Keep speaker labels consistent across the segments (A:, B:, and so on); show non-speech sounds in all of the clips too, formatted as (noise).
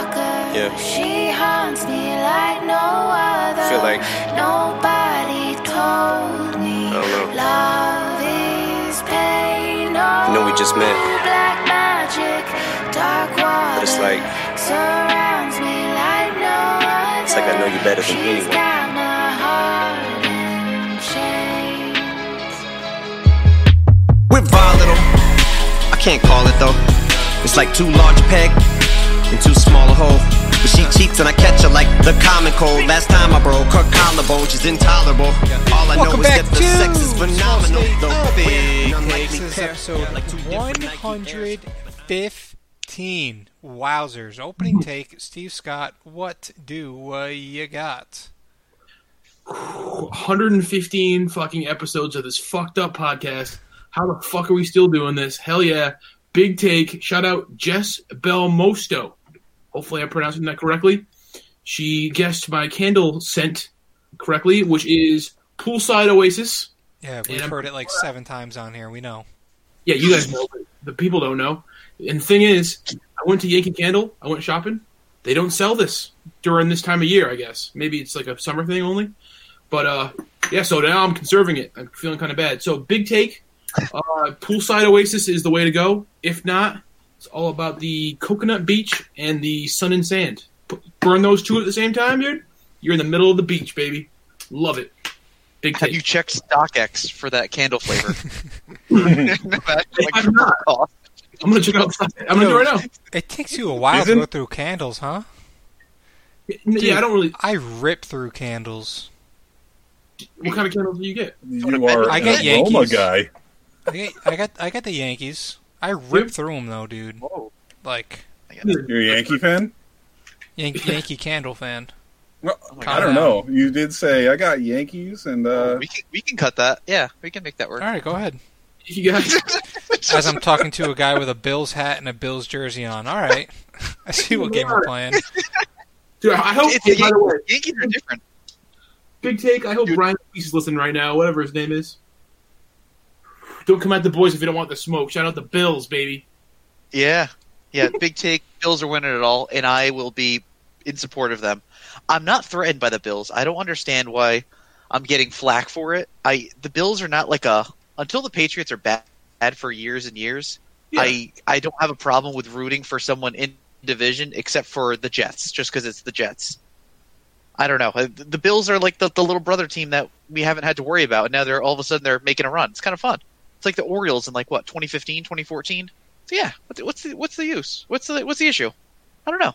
A: Yeah.
B: She haunts me like no other.
A: Feel like-
B: nobody told me.
A: I don't know.
B: Love is pain.
A: I know we just met.
B: Oh, Black magic, dark water.
A: But it's like-
B: surrounds me like no other.
A: It's like I know you better than
B: She's
A: anyone.
B: got my heart in chains.
C: We're volatile. I can't call it though. It's like too large a peg and too small a hole. But she cheats and I catch her like the common cold. Last time I broke her collarbone, she's intolerable. All I
D: Welcome
C: know is
D: back
C: that the sex is
D: to
C: phenomenal. Though
D: Big
C: we're an
D: Takes.
C: unlikely
D: This is
C: pair.
D: episode
C: Like two different Nike pairs.
D: 115. Wowzers. Opening take, Steve Scott. What do uh, you got?
E: 115 fucking episodes of this fucked up podcast. How the fuck are we still doing this? Hell yeah. Big take. Shout out Jess Belmosto. Hopefully I'm pronouncing that correctly. She guessed my candle scent correctly, which is Poolside Oasis.
D: Yeah, we've
E: Yeah.
D: heard it like seven times on here. We know.
E: Yeah, you guys know, but the people don't know. And the thing is, I went to Yankee Candle. I went shopping. They don't sell this during this time of year, I guess. Maybe it's like a summer thing only. But uh, yeah, so now I'm conserving it. I'm feeling kind of bad. So big take. Uh, poolside Oasis is the way to go. If not, it's all about the coconut beach and the sun and sand. P- burn those two at the same time, dude. You're in the middle of the beach, baby. Love it. Big
F: Have
E: take.
F: you checked StockX for that candle flavor? (laughs)
E: I'm not. I'm gonna check out. I'm gonna do it right now.
D: It takes you a while
G: Isn't-
D: to go through candles, huh?
E: yeah, I don't really.
D: I rip through candles.
E: What kind of candles do you get?
G: You are
D: I
G: I
D: get
G: an aroma
D: Yankees.
G: guy.
D: I get, I got, I got the Yankees. I rip through them though, dude.
F: Whoa.
D: Like
G: You're a Yankee fan?
D: Yankee, Yankee candle fan.
G: Well,
F: Oh my
D: Uh,
G: I don't know. You did say I got Yankees and
D: Oh,
G: uh,
F: we can we can cut that. Yeah, we can make that
D: All
F: work.
D: right, go ahead.
E: You got
D: As I'm talking to a guy with a Bills hat and a Bills jersey on. All right, (laughs) I see what game we're playing.
E: Dude, I hope.
F: It's
E: hey,
F: the
E: by the way,
F: Yankees. Yankees are different.
E: big take. I hope
F: Dude.
E: Brian Reese is listening right now, whatever his name is. Don't come at the boys if you don't want the smoke. Shout out the Bills, baby.
F: Yeah, yeah. Big take. Bills are winning it all, and I will be in support of them. I'm not threatened by the Bills. I don't understand why I'm getting flack for it. I the Bills are not like a until the Patriots are bad, bad for years and years.
E: Yeah.
F: I I don't have a problem with rooting for someone in division except for the Jets, just because it's the Jets. I don't know. Uh, th- The Bills are like the, the little brother team that we haven't had to worry about, and now they're all of a sudden they're making a run. It's kind of fun. It's like the Orioles in like what 2015, 2014. So yeah, what's what's the, what's the use? What's the what's the issue? I don't know.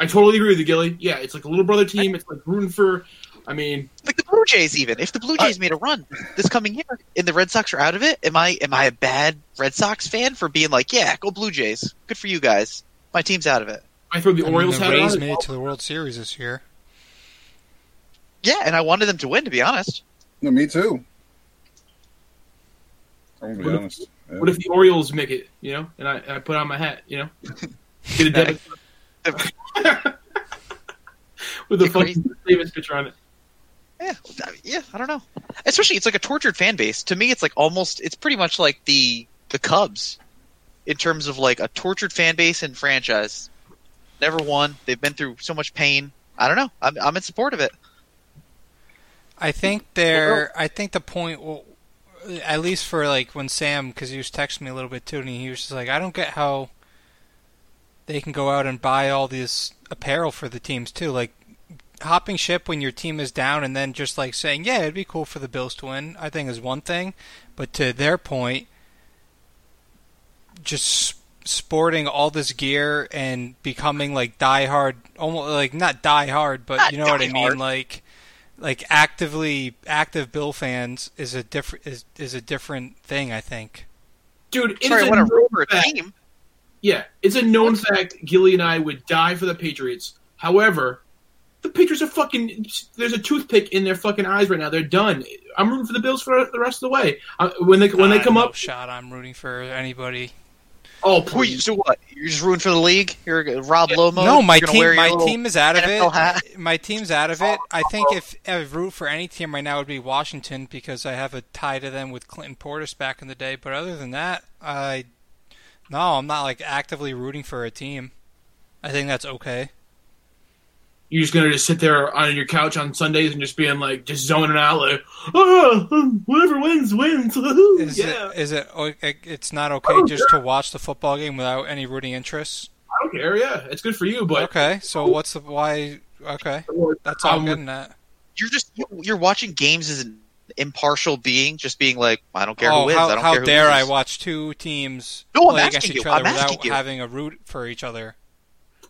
E: I totally agree with you, Gilly. Yeah, it's like a little brother team. It's like rooting for. I mean,
F: Like the Blue Jays, even if the Blue Jays made a run this coming year and the Red Sox are out of it, am I am I a bad Red Sox fan for being like, yeah, go Blue Jays, good for you guys. My team's out of it.
E: I throw the
D: I mean,
E: Orioles
D: the
E: hat
D: Rays
E: on.
D: made it to the World Series this year.
F: Yeah, and I wanted them to win, to be honest.
G: no, me too. I'm
E: What
G: gonna be
E: if-
G: honest.
E: What if the Orioles make it? You know, and I, and I put on my hat. You know,
D: (laughs)
E: get a debit (laughs) with a
F: You're crazy.
E: fucking Davis picture on it.
F: Yeah, I- yeah, I don't know. Especially, it's like a tortured fan base. To me, it's like almost, it's pretty much like the the Cubs in terms of like a tortured fan base and franchise. Never won. They've been through so much pain. I don't know. I'm, I'm in support of it.
D: I think there. I think the point, well, at least for like when Sam, because he was texting me a little bit too, and he was just like, "I don't get how they can go out and buy all this apparel for the teams too." Like hopping ship when your team is down, and then just like saying, "Yeah, it'd be cool for the Bills to win." I think is one thing, but to their point, just sporting all this gear and becoming like diehard, almost like not diehard, but
F: Not
D: you know what I mean,
F: diehard.
D: like like actively active Bill fans is a different is is a different thing. I think.
E: Dude, it's
F: Sorry, I
E: a
F: want to root for
E: known
F: a
E: fact.
F: team.
E: Yeah, it's a known fact. Gilly and I would die for the Patriots. However, the Patriots are fucking. There's a toothpick in their fucking eyes right now. They're done. I'm rooting for the Bills for the rest of the way. I, when they when they
D: Uh,
E: come
D: no
E: up,
D: shot. I'm rooting for anybody.
E: oh
F: Wait,
E: please!
F: so what? You're just rooting for the league? You're a Rob Lomo?
D: No, my
F: You're gonna wear
D: team.
F: your
D: My
F: little
D: team is out of
F: NFL hat?
D: it. (laughs) My team's out of it. I think if I root for any team right now it would be Washington because I have a tie to them with Clinton Portis back in the day. But other than that, I no, I'm not like actively rooting for a team. I think that's okay.
E: You're just gonna just sit there on your couch on Sundays and just being like just zoning out like, oh, um, whoever wins wins. (laughs) Woohoo,
D: Is
E: yeah,
D: it is it o- it- it's not okay
E: Oh,
D: just to watch the football game without any rooting interest?
E: I don't care. Yeah, it's good for you, but
D: Okay, so what's the why? Okay, that's all I'm
E: Um,
D: getting at.
F: You're just you're watching games as an impartial being, just being like, I don't care who
D: Oh,
F: wins. I
D: how,
F: don't
D: how
F: care who
D: dare I
F: loses.
D: watch two teams
F: No, I'm
D: play
F: asking
D: against
F: you.
D: each other
F: I'm asking
D: without
F: you.
D: having a root for each other?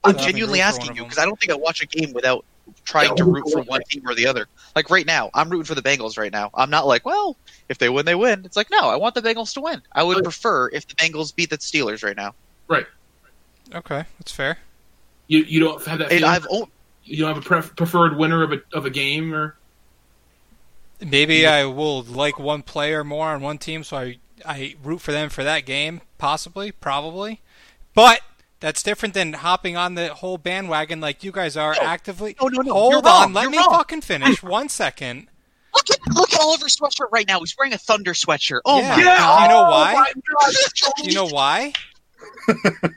F: I'm
D: I'll
F: genuinely
D: root for
F: asking
D: one of
F: you
D: them.
F: because I don't think I watch a game without trying
E: Yeah,
F: to
E: I'll root for
F: root for
E: one
F: one team or the other. Like right now, I'm rooting for the Bengals right now. I'm not like, well, if they win, they win. It's like, no, I want the Bengals to win. I would
E: Okay.
F: prefer if the Bengals beat the Steelers right now.
D: Okay, that's fair.
E: you you don't have that.
F: And
E: feeling?
F: I've o-
E: you don't have a pref- preferred winner of a of a game or
D: Maybe I will like one player more on one team, so I I root for them for that game, possibly, probably. But that's different than hopping on the whole bandwagon like you guys are actively.
F: No, no, no,
D: Hold
F: you're
D: on,
F: wrong,
D: let
F: you're
D: me
F: wrong.
D: fucking
F: (laughs)
D: finish one second.
F: look at look at Oliver's sweatshirt right now. He's wearing a Thunder sweatshirt. Oh
D: Yeah.
F: my god!
D: You know
E: Oh,
D: why?
E: my
D: (laughs)
E: God.
D: You know why?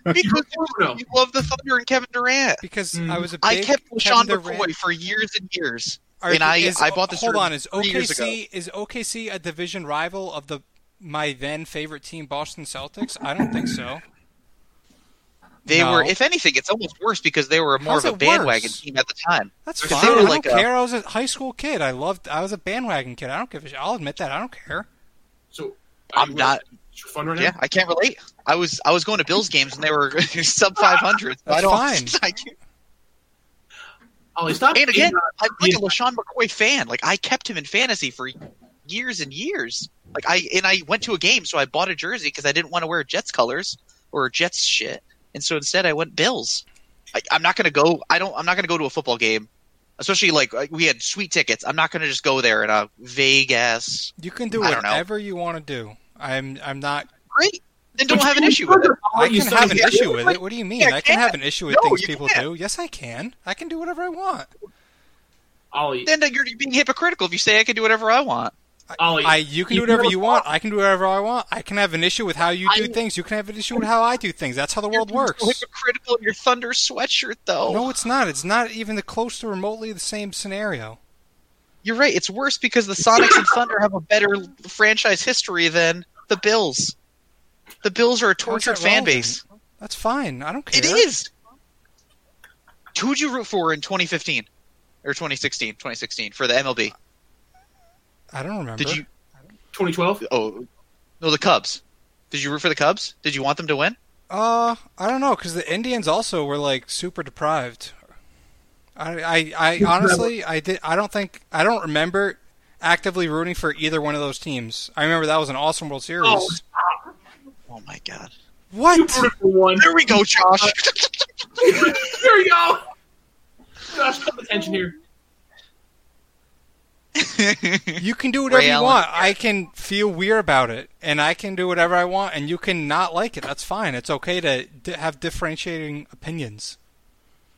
F: because
E: No.
F: you, you love the Thunder and Kevin Durant.
D: Because
E: Mm.
D: I was a big
F: I kept
D: Kevin
F: Sean
D: Durant-
F: McCoy for years and years,
D: Are-
F: and I
D: is-
F: I bought this.
D: Hold
F: shirt
D: on, is
F: three years ago.
D: OKC is OKC a division rival of the my then favorite team, Boston Celtics? I don't think so.
F: They
D: No.
F: were, if anything, it's almost worse because they were more
D: How's
F: of a
D: it
F: bandwagon
D: worse?
F: team at the time.
D: That's
F: Because
D: fine.
F: they were
D: I
F: like uh,
D: don't
F: a-
D: care. I was a high school kid. I loved. I was a bandwagon kid. I don't give a shit. I'll admit that. I don't care.
E: So
F: I'm
E: are you-
F: not-
E: is your Fun right
F: Yeah,
E: now.
F: I can't relate. I was I was going to Bills games and they were (laughs) sub 500. so I
D: That's
F: don't.
D: fine.
F: (laughs) I can't-
E: Ollie, stop.
F: and again,
E: being, uh,
F: I'm like
E: yeah.
F: a LaShawn McCoy fan. Like I kept him in fantasy for years and years. Like I and I went to a game, so I bought a jersey because I didn't want to wear Jets colors or Jets shit, and so instead I went Bills. I, I'm not gonna go. I don't. I'm not gonna go to a football game, especially like uh, we had sweet tickets. I'm not gonna just go there in a vague ass
D: You can do
F: I don't know.
D: whatever you want to do. I'm. I'm not.
F: great. Then don't
E: But
F: have an
E: you
F: issue with it.
E: further- Ollie,
D: I
E: you
D: can
E: said
D: have an
E: you-
D: issue with it. What do you mean?
F: Yeah,
D: I can
F: can't.
D: have an issue with
F: No,
D: things
F: you
D: people
F: can't.
D: do. Yes, I can. I can do whatever I want.
E: Ollie,
F: Then you're being hypocritical if you say I can do whatever I want.
E: Ollie,
D: I. You can do
E: you
D: whatever
E: never
D: you want. I can do whatever I want. I can have an issue with how you do
F: I-
D: things. You can have an issue with how I do things. That's how the world
F: You're being
D: works.
F: so hypocritical in your Thunder sweatshirt, though.
D: No, it's not. It's not even the close to remotely the same scenario.
F: You're right. It's worse because the Sonics and Thunder have a better franchise history than the Bills. The Bills are a tortured
D: that relevant?
F: fan base.
D: That's fine. I don't care.
F: It is. Who'd you root for in 2015 or 2016? 2016 for the MLB.
D: I don't remember.
F: Did you?
E: 2012.
F: Oh, no, the Cubs. Did you root for the Cubs? Did you want them to win?
D: Uh, I don't know, because the Indians also were like super deprived. I, I, I honestly, I did. I don't think I don't remember actively rooting for either one of those teams. I remember that was an awesome World Series.
E: Oh.
F: Oh my God.
E: You
D: What?
E: voted for one.
F: There we
D: (laughs)
F: go, Josh.
E: There you go. Josh, pay attention here.
D: You can do whatever
F: Ray
D: you
F: Allen.
D: want. I can feel weird about it, and I can do whatever I want, and you can not like it. That's fine. It's okay to d- have differentiating opinions.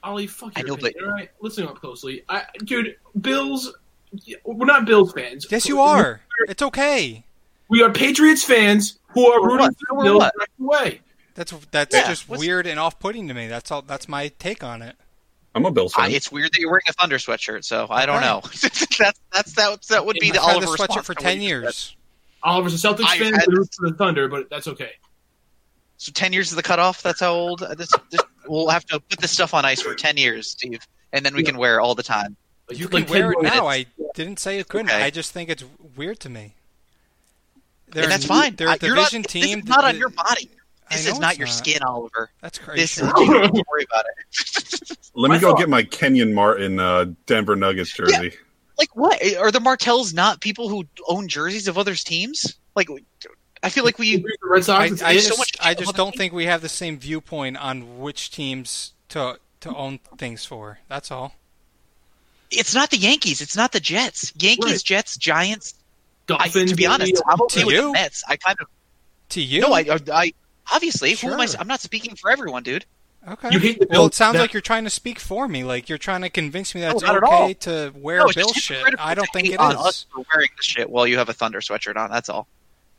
E: Ollie, fuck
F: I
E: your
F: know, but-
E: opinion, all right? Listen up closely. I, dude, Bills, we're not Bills fans.
D: Yes, you are. It's okay.
E: We are Patriots fans who are
F: For
E: rooting
F: what?
E: for the
F: For
E: Bills
F: what?
E: right away.
D: That's that's
F: Yeah,
D: just
F: what's-
D: weird and off-putting to me. That's all. That's my take on it.
G: I'm a Bills
F: I,
G: fan.
F: it's weird that you're wearing a Thunder sweatshirt, so I don't
D: Okay.
F: know. (laughs) that's that's that that would be
E: I've
F: the
D: I've had
F: Oliver
D: this sweatshirt
F: response
D: for
F: to what
D: ten
F: you just
D: years.
F: said.
E: Oliver's a Celtics
F: I
E: fan
F: had-
E: who roots for the Thunder, but that's okay.
F: So ten years is the cutoff. That's how old uh, this, this. We'll have to put this stuff on ice for ten years, Steve, and then we can wear it all the time.
E: Like,
D: You
E: like
D: can wear it
E: 10
D: now. I didn't say it couldn't.
F: Okay.
D: I just think it's weird to me. They're
F: and that's
D: a-
F: fine.
D: They're a
F: I- you're not-
D: division team.
F: This is not on
D: that-
F: your body.
D: I
F: This
D: know
F: is not
D: it's
F: your skin, Oliver.
D: That's
F: This
D: crazy.
F: is you don't worry about it. (laughs)
G: Let me
E: I
G: go
E: thought-
G: get my Kenyon Martin uh, Denver Nuggets jersey.
F: Like what are the Martells not people who own jerseys of other teams? Like I feel like
E: You
F: we.
E: root for the Red
D: I,
E: Sox. it's-
D: I
F: there's so
D: just,
F: much
D: I
F: shit
D: just
F: on the
D: don't
F: team.
D: think we have the same viewpoint on which teams to to own things for. That's all.
F: It's not the Yankees. It's not the Jets. Yankees,
E: Right.
F: Jets, Giants. I,
E: Dolphins,
F: to be honest, I'm okay
D: To
F: with
D: you?
F: the Mets. I kind of
D: To you?
F: No, I, I, I obviously. Who am I?
D: Sure.
F: I'm not speaking for everyone, dude.
D: Okay.
E: You hate the
D: well, it
E: Bills.
D: sounds
E: That-
D: like you're trying to speak for me. Like you're trying to convince me that
F: No,
D: it's
F: not at
D: okay
F: all.
D: to wear
F: No, it's
D: Bill
F: just
D: shit.
F: hypocritical
D: I don't
F: to
D: think
F: hate
D: it
F: on
D: is.
F: us for wearing the shit while you have a Thunder sweatshirt on. That's all.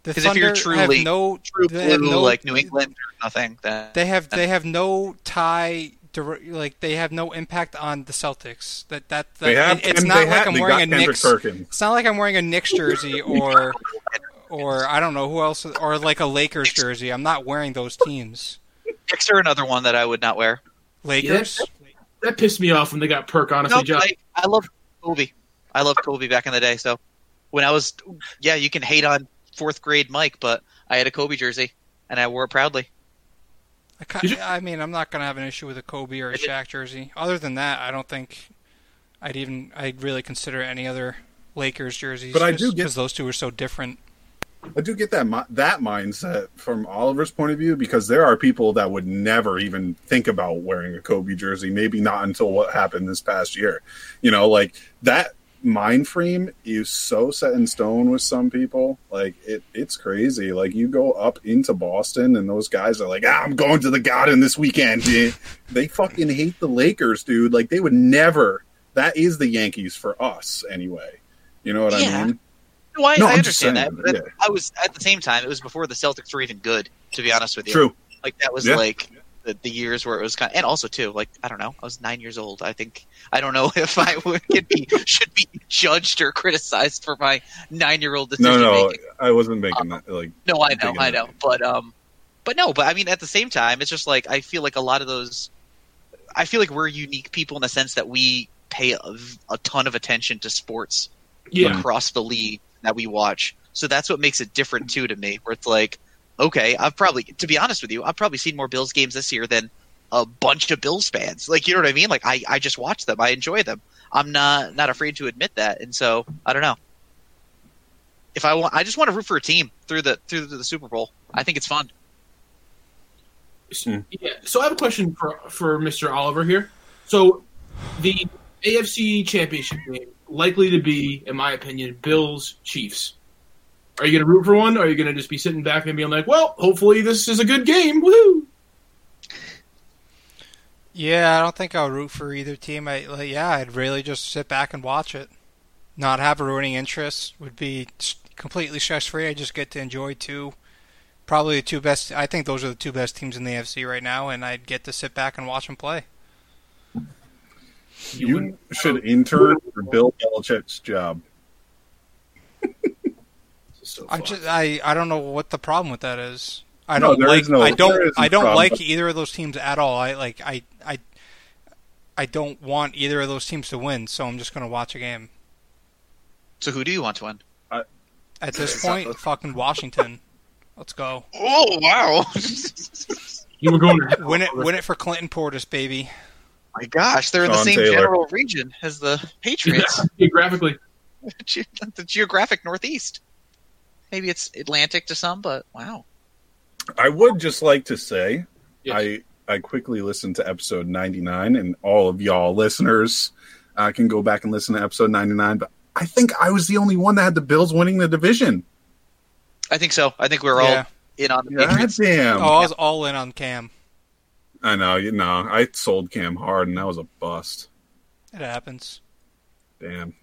D: The
F: Because if
D: Thunder
F: you're truly-
D: have no,
F: True
D: they have
F: blue,
D: no
F: like New England or nothing. Then
D: They have they have no tie dir- like they have no impact on the Celtics. That that, that
G: They have.
D: it- it's
G: Ken-
D: not
G: they
D: like
G: have-
D: I'm
G: they
D: wearing
G: got
D: a
G: Kendrick
D: Knicks.
G: Perkins.
D: It's not like I'm wearing a Knicks jersey or or I don't know who else or like a Lakers jersey. I'm not wearing those teams.
F: Knicks are another one that I would not wear.
D: Lakers.
E: That pissed me off when they got Perk. Honestly,
F: No,
E: Josh.
F: like, I love Kobe. I love Kobe back in the day. So when I was, yeah, you can hate on fourth grade Mike, but I had a Kobe jersey and I wore it proudly.
D: I, ca-
E: Did you-
D: I mean, I'm not gonna have an issue with a Kobe or a Shaq jersey. Other than that, I don't think I'd even I'd really consider any other Lakers jerseys.
G: But I
D: just
G: do get-
D: because those two are so different.
G: I do get that mi- that mindset from Oliver's point of view because there are people that would never even think about wearing a Kobe jersey, maybe not until what happened this past year. You know, like that mind frame is so set in stone with some people. Like it, it's crazy. Like you go up into Boston and those guys are like, ah, "I'm going to the Garden this weekend." (laughs) dude." they fucking hate the Lakers, dude. Like they would never. That is the Yankees for us, anyway. You know what
F: Yeah.
G: I mean?
F: No, I,
G: No,
F: I
G: I'm just
F: understand
G: saying,
F: that. But
G: yeah.
F: I was at the same time. It was before the Celtics were even good. To be honest with you,
G: True.
F: Like that was
G: Yeah.
F: like the, the years where it was kind of, and also too, like I don't know, I was nine years old. I think I don't know (laughs) if I would could be should be judged or criticized for my nine year old decision
G: No, no,
F: making.
G: I wasn't making that. Like,
F: No, I
G: I'm
F: know,
G: taking
F: I
G: that.
F: know, but um, but no, but I mean, at the same time, it's just like I feel like a lot of those. I feel like we're unique people in the sense that we pay a, a ton of attention to sports
E: yeah,
F: across the league that we watch. So that's what makes it different too to me, where it's like, okay, I've probably, to be honest with you, I've probably seen more Bills games this year than a bunch of Bills fans. Like, you know what I mean? Like, I, I just watch them. I enjoy them. I'm not not afraid to admit that. And so I don't know. If I want, I just want to root for a team through the through the Super Bowl. I think it's fun.
G: Hmm.
E: yeah. So I have a question for for Mr. Oliver here. So the AFC Championship game likely to be, in my opinion, Bills Chiefs. Are you going to root for one? Or are you going to just be sitting back and being like, "Well, hopefully this is a good game." Woo!
D: Yeah, I don't think I'll root for either team. I like, yeah, I'd really just sit back and watch it. Not have a ruining interest would be s- completely stress free. I just get to enjoy two, probably the two best. I think those are the two best teams in the AFC right now, and I'd get to sit back and watch them play.
G: you should intern for Bill Belichick's job.
E: So
D: I'm
E: fucked.
D: just, I, I don't know what the problem with that is. I
G: No,
D: don't
G: there
D: like,
G: is no-
D: I
G: there
D: don't,
G: is no
D: I don't
G: problem.
D: like either of those teams at all. I like, I, I, I don't want either of those teams to win, so I'm just going to watch a game.
F: So who do you want to win?
D: At this point, fucking Washington. Let's go.
F: Oh wow!
E: you were going
D: (laughs)
E: to
D: Win it, win it for Clinton Portis, baby.
F: (laughs) My gosh, they're in the
G: Sean
F: same
G: Taylor.
F: general region as the Patriots.
E: (laughs) geographically.
F: ge- (laughs) the geographic northeast. Maybe it's Atlantic to some, but wow.
G: I would just like to say,
E: Yes.
G: I I quickly listened to episode ninety nine, and all of y'all listeners uh, can go back and listen to episode ninety nine. But I think I was the only one that had the Bills winning the division.
F: I think so. I think we're
D: Yeah.
F: all in on the
G: God
F: Patriots.
G: damn!
D: Oh, I was all in on Cam.
G: I know. You know, I sold Cam hard, and that was a bust.
D: It happens.
G: Damn.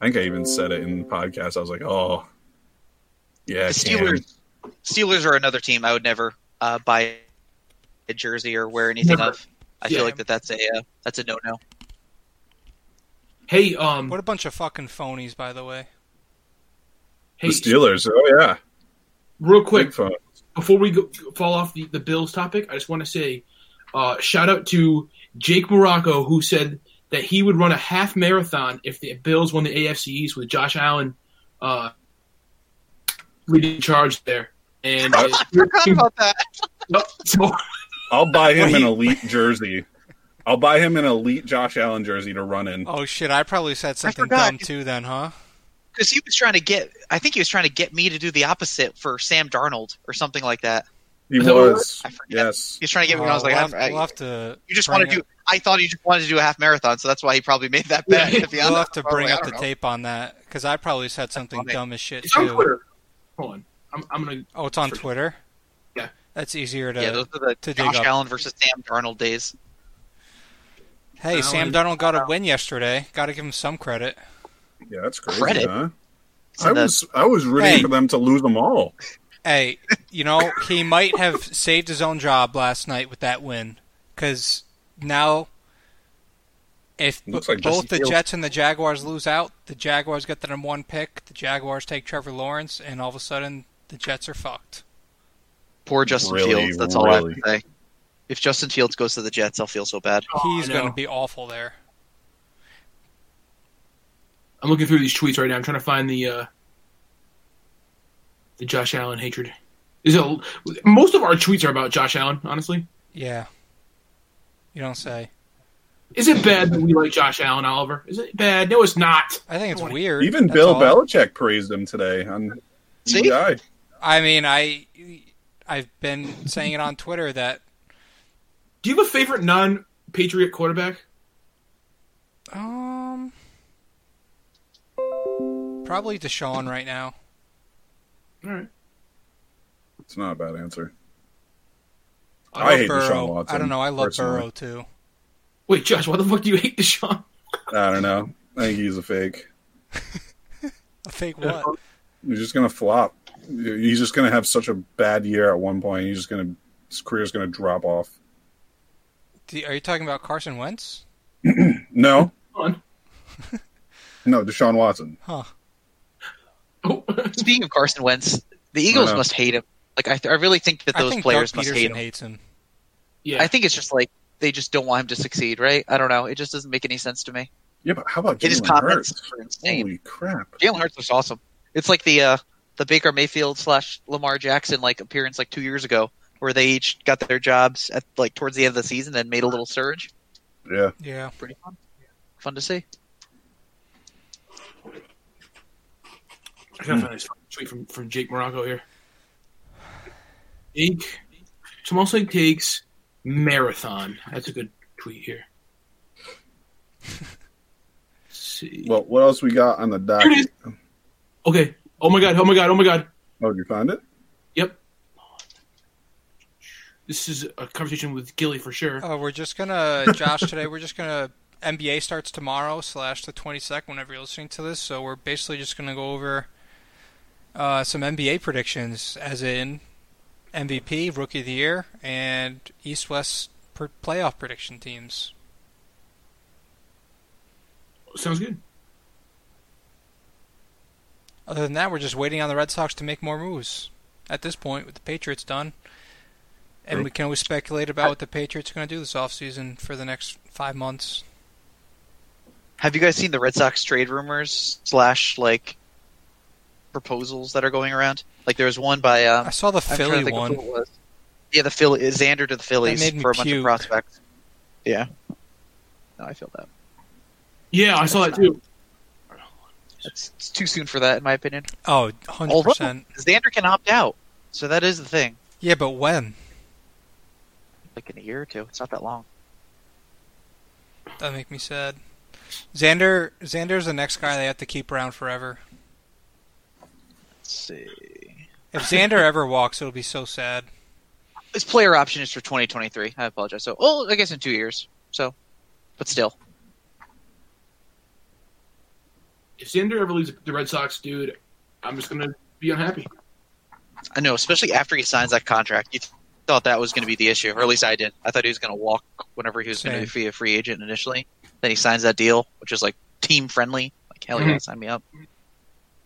G: I think I even said it in the podcast. I was like, "Oh, yeah."
F: The
G: Cam.
F: Steelers. Steelers are another team I would never uh, buy a jersey or wear anything
E: Never.
F: of. I
E: Yeah.
F: feel like that that's a uh, that's a no no.
E: Hey, um,
G: Mm-hmm.
D: What a bunch of fucking phonies, by the way.
E: hey,
G: the Steelers. Oh yeah,
E: real quick,
G: Big phone.
E: before we go, fall off the, the Bills topic, I just want to say uh, shout out to Jake Morocco, who said that he would run a half marathon if the Bills won the AFC East with Josh Allen uh, leading charge there. And
F: (laughs) Forgot about that.
E: (laughs) so,
G: I'll buy him an
D: Wait.
G: elite jersey. I'll buy him an elite Josh Allen jersey to run in.
D: Oh shit, I probably said something
F: forgot.
D: dumb too then, huh?
F: Because he was trying to get I think he was trying to get me to do the opposite for Sam Darnold or something like that.
G: He
E: Is that what it
G: was.
F: I forget.
G: Yes.
F: He was trying to get me
D: Oh,
F: when I was like,
D: we'll
F: I
D: have,
F: don't- I-
D: we'll have to
F: you just
D: bring
F: want to do
D: up-
F: I thought you just wanted to do a half marathon, so that's why he probably made that bet.
E: Yeah.
F: to be
D: We'll have
F: honest.
D: to
F: Probably,
D: bring
F: I
D: up
F: don't
D: the
F: know.
D: tape on that because I probably said something
F: funny.
D: dumb as shit
E: it's on
D: too.
E: Twitter. Hold on. I'm, I'm going to.
D: Oh, it's on Twitter.
E: Yeah.
D: that's easier to.
F: Yeah, those are
D: to
F: the
D: dig
F: Josh
D: up.
F: Allen versus Sam Darnold days.
D: Hey, Sam Darnold got a win yesterday. Got to give him some credit.
G: Yeah, that's crazy,
F: Credit.
G: huh?
F: So
G: I
F: the-
G: was I was rooting
D: Hey.
G: for them to lose them all.
D: Hey, you know he might have saved his own job last night with that win because now if b-
G: Looks like
D: both
G: Justin
D: the
G: Fields-
D: Jets and the Jaguars lose out, the Jaguars get the number one pick, the Jaguars take Trevor Lawrence, and all of a sudden the Jets are fucked.
F: Poor Justin
G: Really,
F: Fields. That's all I
G: really.
F: have to say. If Justin Fields goes to the Jets, I'll feel so bad.
E: Oh,
D: He's
E: I
D: going
E: know.
D: to be awful there.
E: I'm looking through these tweets right now. I'm trying to find the uh, the Josh Allen hatred. Is it most of our tweets are about Josh Allen? Honestly,
D: Yeah. You don't say.
E: is it bad that we like Josh Allen, Oliver? Is it bad? No, it's not.
D: I think it's
E: Twenty.
D: weird.
G: Even
D: that's
G: Bill
D: all.
G: Belichick praised him today on E
F: See?
G: EI.
D: I mean, I I've been saying it on Twitter that
E: Do you have a favorite non-Patriot quarterback?
D: um probably Deshaun right now.
E: All right.
G: It's not a bad answer.
D: I, love
G: hate
D: Burrow.
G: Deshaun Watson,
D: I don't know. I love
G: personally.
D: Burrow too.
E: Wait, Josh, why the fuck do you hate Deshaun? (laughs)
G: I don't know. I think he's a fake.
D: I think what?
G: He's just gonna flop. He's just gonna have such a bad year at one point. He's just gonna his career's gonna drop off.
D: Do- Are you talking about Carson Wentz?
G: No,
E: Hold on.
G: no, Deshaun Watson.
D: Huh.
E: Oh.
F: Speaking of Carson Wentz, the Eagles
G: know.
F: must hate him. Like I, I really think that
D: I
F: those
D: think
F: players
D: Doug
F: must
D: Peterson
F: hate him.
D: hates him.
E: yeah.
F: I think it's just like they just don't want him to succeed, right? I don't know. It just doesn't make any sense to me.
G: Yeah, but how about
F: His
G: Jalen
F: comments
G: Hurts?
F: are insane.
G: Holy crap!
F: Jalen Hurts was awesome. It's like the uh, the Baker Mayfield slash Lamar Jackson like appearance like two years ago, where they each got their jobs at like towards the end of the season and made a little surge.
G: Yeah,
D: Yeah.
F: Pretty fun, fun to see.
E: I gotta find this fucking tweet from, from Jake Morocco here. Jake Tomosig takes marathon. That's a good tweet here. Let's see.
G: Well, what else we got on the dock?
E: Here it is. Okay. Oh my god. Oh my god. Oh my god.
G: Oh, did you find it?
E: Yep. This is a conversation with Gilly for sure.
D: Uh, we're just gonna Josh today. We're just gonna NBA starts tomorrow slash the twenty second. Whenever you're listening to this, so we're basically just gonna go over uh, some NBA predictions, as in MVP, Rookie of the Year, and East West per- playoff prediction teams.
E: Sounds good.
D: Other than that, we're just waiting on the Red Sox to make more moves. At this point, with the Patriots done, and we can always speculate about what the Patriots are going to do this offseason for the next five months.
F: Have you guys seen the Red Sox trade rumors slash like proposals that are going around? Like there was one by um,
D: I saw the
F: I'm trying to
D: Philly
F: think of who
D: one.
F: it was. Yeah, the Philly Xander to the Phillies
D: made me
F: for a bunch
D: puke.
F: of prospects. Yeah. No, I feel that.
E: Yeah, I saw that too.
F: It's, it's too soon for that, in my opinion.
D: Oh, 100%.
F: Although Xander can opt out, so that is the thing.
D: Yeah, but when?
F: Like in a year or two, it's not that long.
D: That make me sad. Xander Xander's the next guy they have to keep around forever.
F: Let's see. (laughs)
D: If Xander ever walks, it'll be so sad.
F: His player option is for 2023. I apologize. So, oh, I guess in two years. So, but still,
E: If Xander ever leaves the Red Sox, dude, I'm just gonna be unhappy.
F: I know, especially after he signs that contract. You th- thought that was going to be the issue, or at least I did. I thought he was going to walk whenever he was going
D: Same.
F: to be a free agent initially. Then he signs that deal, which is like team friendly. Like hell yeah,
E: Mhm.
F: sign me up.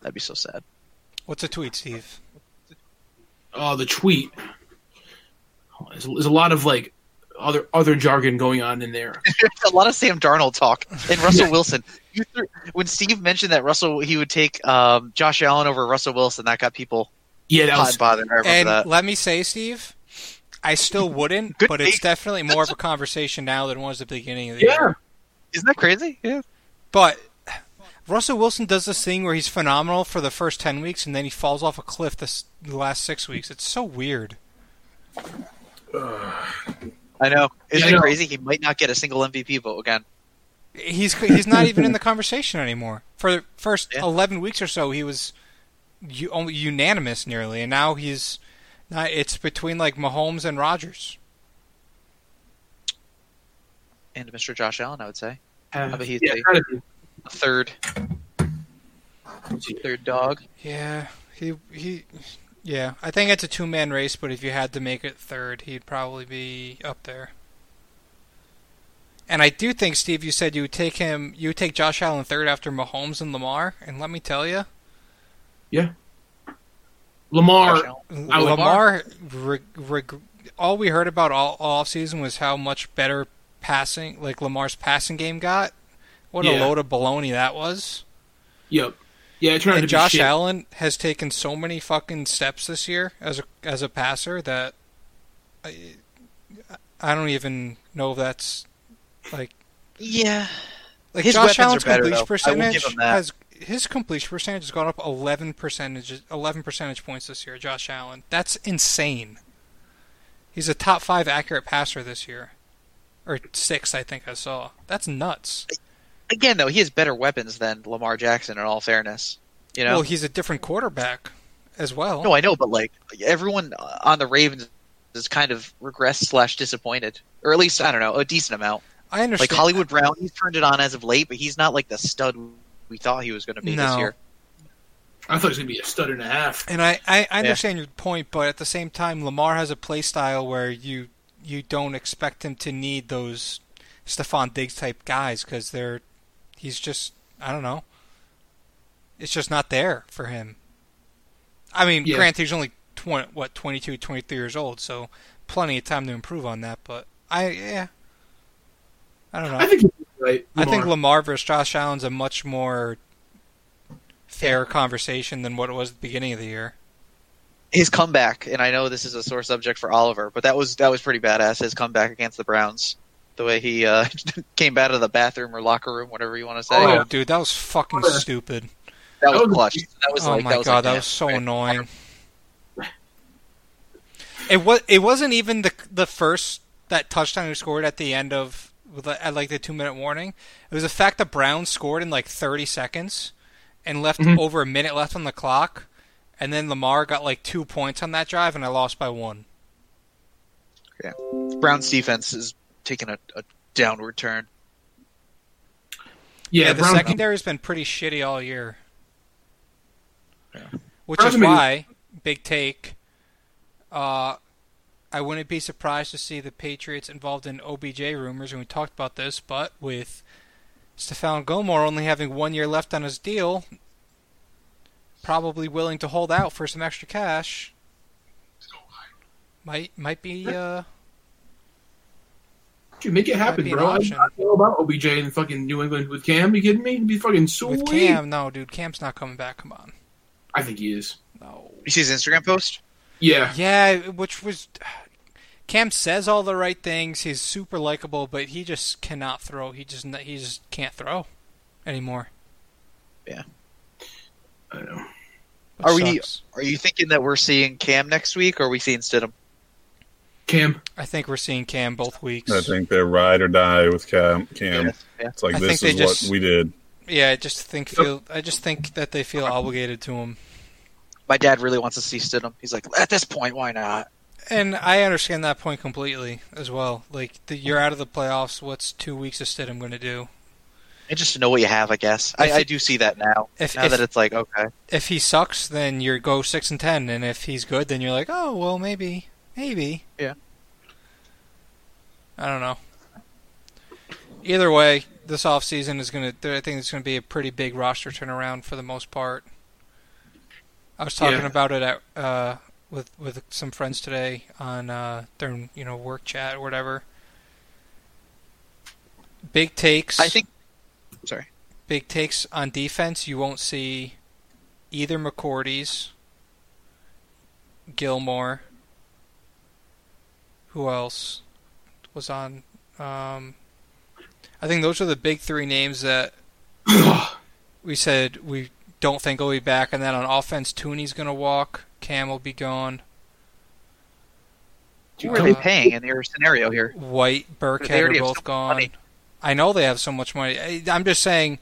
F: That'd be so sad.
D: What's a tweet, Steve?
E: uh, the tweet. Oh, There's, there's a lot of like other other jargon going on in there.
F: a lot of Sam Darnold talk
E: (laughs)
F: and Russell Wilson. You threw, when Steve mentioned that Russell he would take um, Josh Allen over Russell Wilson, that got people
E: Yeah, that
F: hot and
E: was
F: bothered. I remember
D: And
F: that.
D: let me say, Steve, I still wouldn't,
F: Good
D: but it's
F: take.
D: definitely more of a conversation now than it was at the beginning of the year.
E: yeah.
F: Isn't that crazy? Yeah.
D: But Russell Wilson does this thing where he's phenomenal for the first 10 weeks and then he falls off a cliff this, the last six weeks. It's so weird.
F: I know.
E: Yeah,
F: Isn't
E: I know.
F: it crazy? He might not get a single MVP vote again.
D: He's he's not even in the conversation anymore. For the first
F: Yeah.
D: 11 weeks or so, he was u- only unanimous nearly, and now he's not, it's between like Mahomes and Rodgers.
F: And Mr. Josh Allen, I would say.
E: Uh,
F: How about he's
E: yeah,
F: a-
E: gotta be.
F: A third third dog.
D: Yeah, he he yeah, I think it's a two-man race, but if you had to make it third, he'd probably be up there. And I do think, Steve, you said you would take him, you would take Josh Allen third after Mahomes and Lamar. And let me tell you,
E: Lamar,
F: Josh Allen.
E: I would-
D: Lamar, reg, reg, all we heard about all, all offseason was how much better passing, like Lamar's passing game got. What a
E: Yeah.
D: load of baloney that was.
E: yep, yeah, it turned out to
D: And Josh
E: be shit.
D: Allen has taken so many fucking steps this year as a as a passer that I, I don't even know if that's like
F: Yeah,
D: like
F: His
D: Josh
F: weapons are
D: Allen's
F: better,
D: completion
F: though. I will give
D: percentage
F: him that.
D: has his completion percentage has gone up eleven percentage eleven percentage points this year. Josh Allen, that's insane. He's a top five accurate passer this year, or sixth, I think I saw. That's nuts.
F: again though, he has better weapons than Lamar Jackson. In all fairness, you know.
D: Well, he's a different quarterback as well.
F: no, I know, but like everyone on the Ravens is kind of regressed slash disappointed, or at least I don't know a decent amount.
D: I
F: Like
D: understand.
F: Hollywood Brown, he's turned it on as of late, but he's not like the stud we thought he was going to be
D: No.
F: this year.
E: I thought it was gonna be a stud and a half.
D: And I, I, I understand your point, but at the same time, Lamar has a play style where you you don't expect him to need those Stephon Diggs type guys because they're he's just I don't know. It's just not there for him. I mean,
E: Yeah.
D: granted, he's only 20, what 22, 23 years old, so plenty of time to improve on that. But I, yeah, I don't know.
E: I think he's right.
D: I think
E: Lamar.
D: Lamar versus Josh Allen's a much more fair conversation than what it was at the beginning of the year.
F: His comeback, and I know this is a sore subject for Oliver, but that was that was pretty badass. His comeback against the Browns, the way he uh, (laughs) came out of the bathroom or locker room, whatever you want to say,
D: Oh,
E: yeah.
D: dude, that was fucking
E: Oh, yeah.
D: stupid.
F: that was
E: That was-
F: clutch. That was
D: oh
F: like
D: my
F: that was
D: god,
F: like,
D: that
F: damn,
D: was so
F: right.
D: annoying. It was. It wasn't even the the first that touchdown he scored at the end of with the- at like the two minute warning. It was the fact that Brown scored in like thirty seconds and left
F: Mm-hmm.
D: over a minute left on the clock, and then Lamar got like two points on that drive, and I lost by one.
F: Browns defense is taking a, a downward turn.
E: Yeah,
D: Yeah, the
E: Brown,
D: secondary's been pretty shitty all year. Which
E: Brown's
D: is
E: been-
D: why, big take, uh, I wouldn't be surprised to see the Patriots involved in OBJ rumors, and we talked about this, but with Stephon Gilmore only having one year left on his deal, probably willing to hold out for some extra cash, might might be uh,
E: Dude, make it
D: Might
E: happen,
D: be an
E: bro. I
D: option.
E: I know about OBJ and fucking New England with Cam. You kidding me? He'd be fucking sweet.
D: with Cam. No, dude, Cam's not coming back. Come on,
E: I think he is.
D: no.
F: You see his Instagram post?
E: Yeah,
D: Yeah, which was Cam says all the right things. He's super likable, but he just cannot throw. He just n- he just can't throw anymore.
E: I know.
D: which
F: Are we-
D: sucks.
F: Are you thinking that we're seeing Cam next week, or are we seeing Stidham?
E: Cam.
D: I think we're seeing Cam both weeks.
G: I think they're ride or die with Cam. Cam.
F: Yeah.
G: It's like
D: I
G: this
D: think
G: is
D: they just-
G: what we did.
D: Yeah, I just think feel. I just think that they feel obligated to him,
F: My dad really wants to see Stidham. He's like, at this point, why not?
D: and I understand that point completely as well. Like the, you're out of the playoffs. What's two weeks of Stidham going to do?
F: And just to know what you have, I guess. I,
D: If-
F: I do see that now.
D: if-
F: now
D: if-
F: that it's like, okay,
D: If he sucks, then you go six and ten, and if he's good, then you're like, oh well, maybe, maybe.
F: Yeah.
D: I don't know. Either way, this offseason is going to, I think it's going to be a pretty big roster turnaround for the most part. I was talking
E: Yeah.
D: about it at, uh, with with some friends today on uh, their you know work chat or whatever. Big takes
F: I think. Sorry,
D: big takes on defense, you won't see either McCourty's, Gilmore. Who else was on? Um, I think those are the big three names that we said we don't think will be back. And then on offense, Tooney's going to walk. Cam will be gone.
F: who are they paying in their scenario here?
D: White,
F: They
D: Burkhead
F: already
D: are
F: have
D: both
F: so much
D: gone.
F: money.
D: I know they have so much money. I, I'm just saying,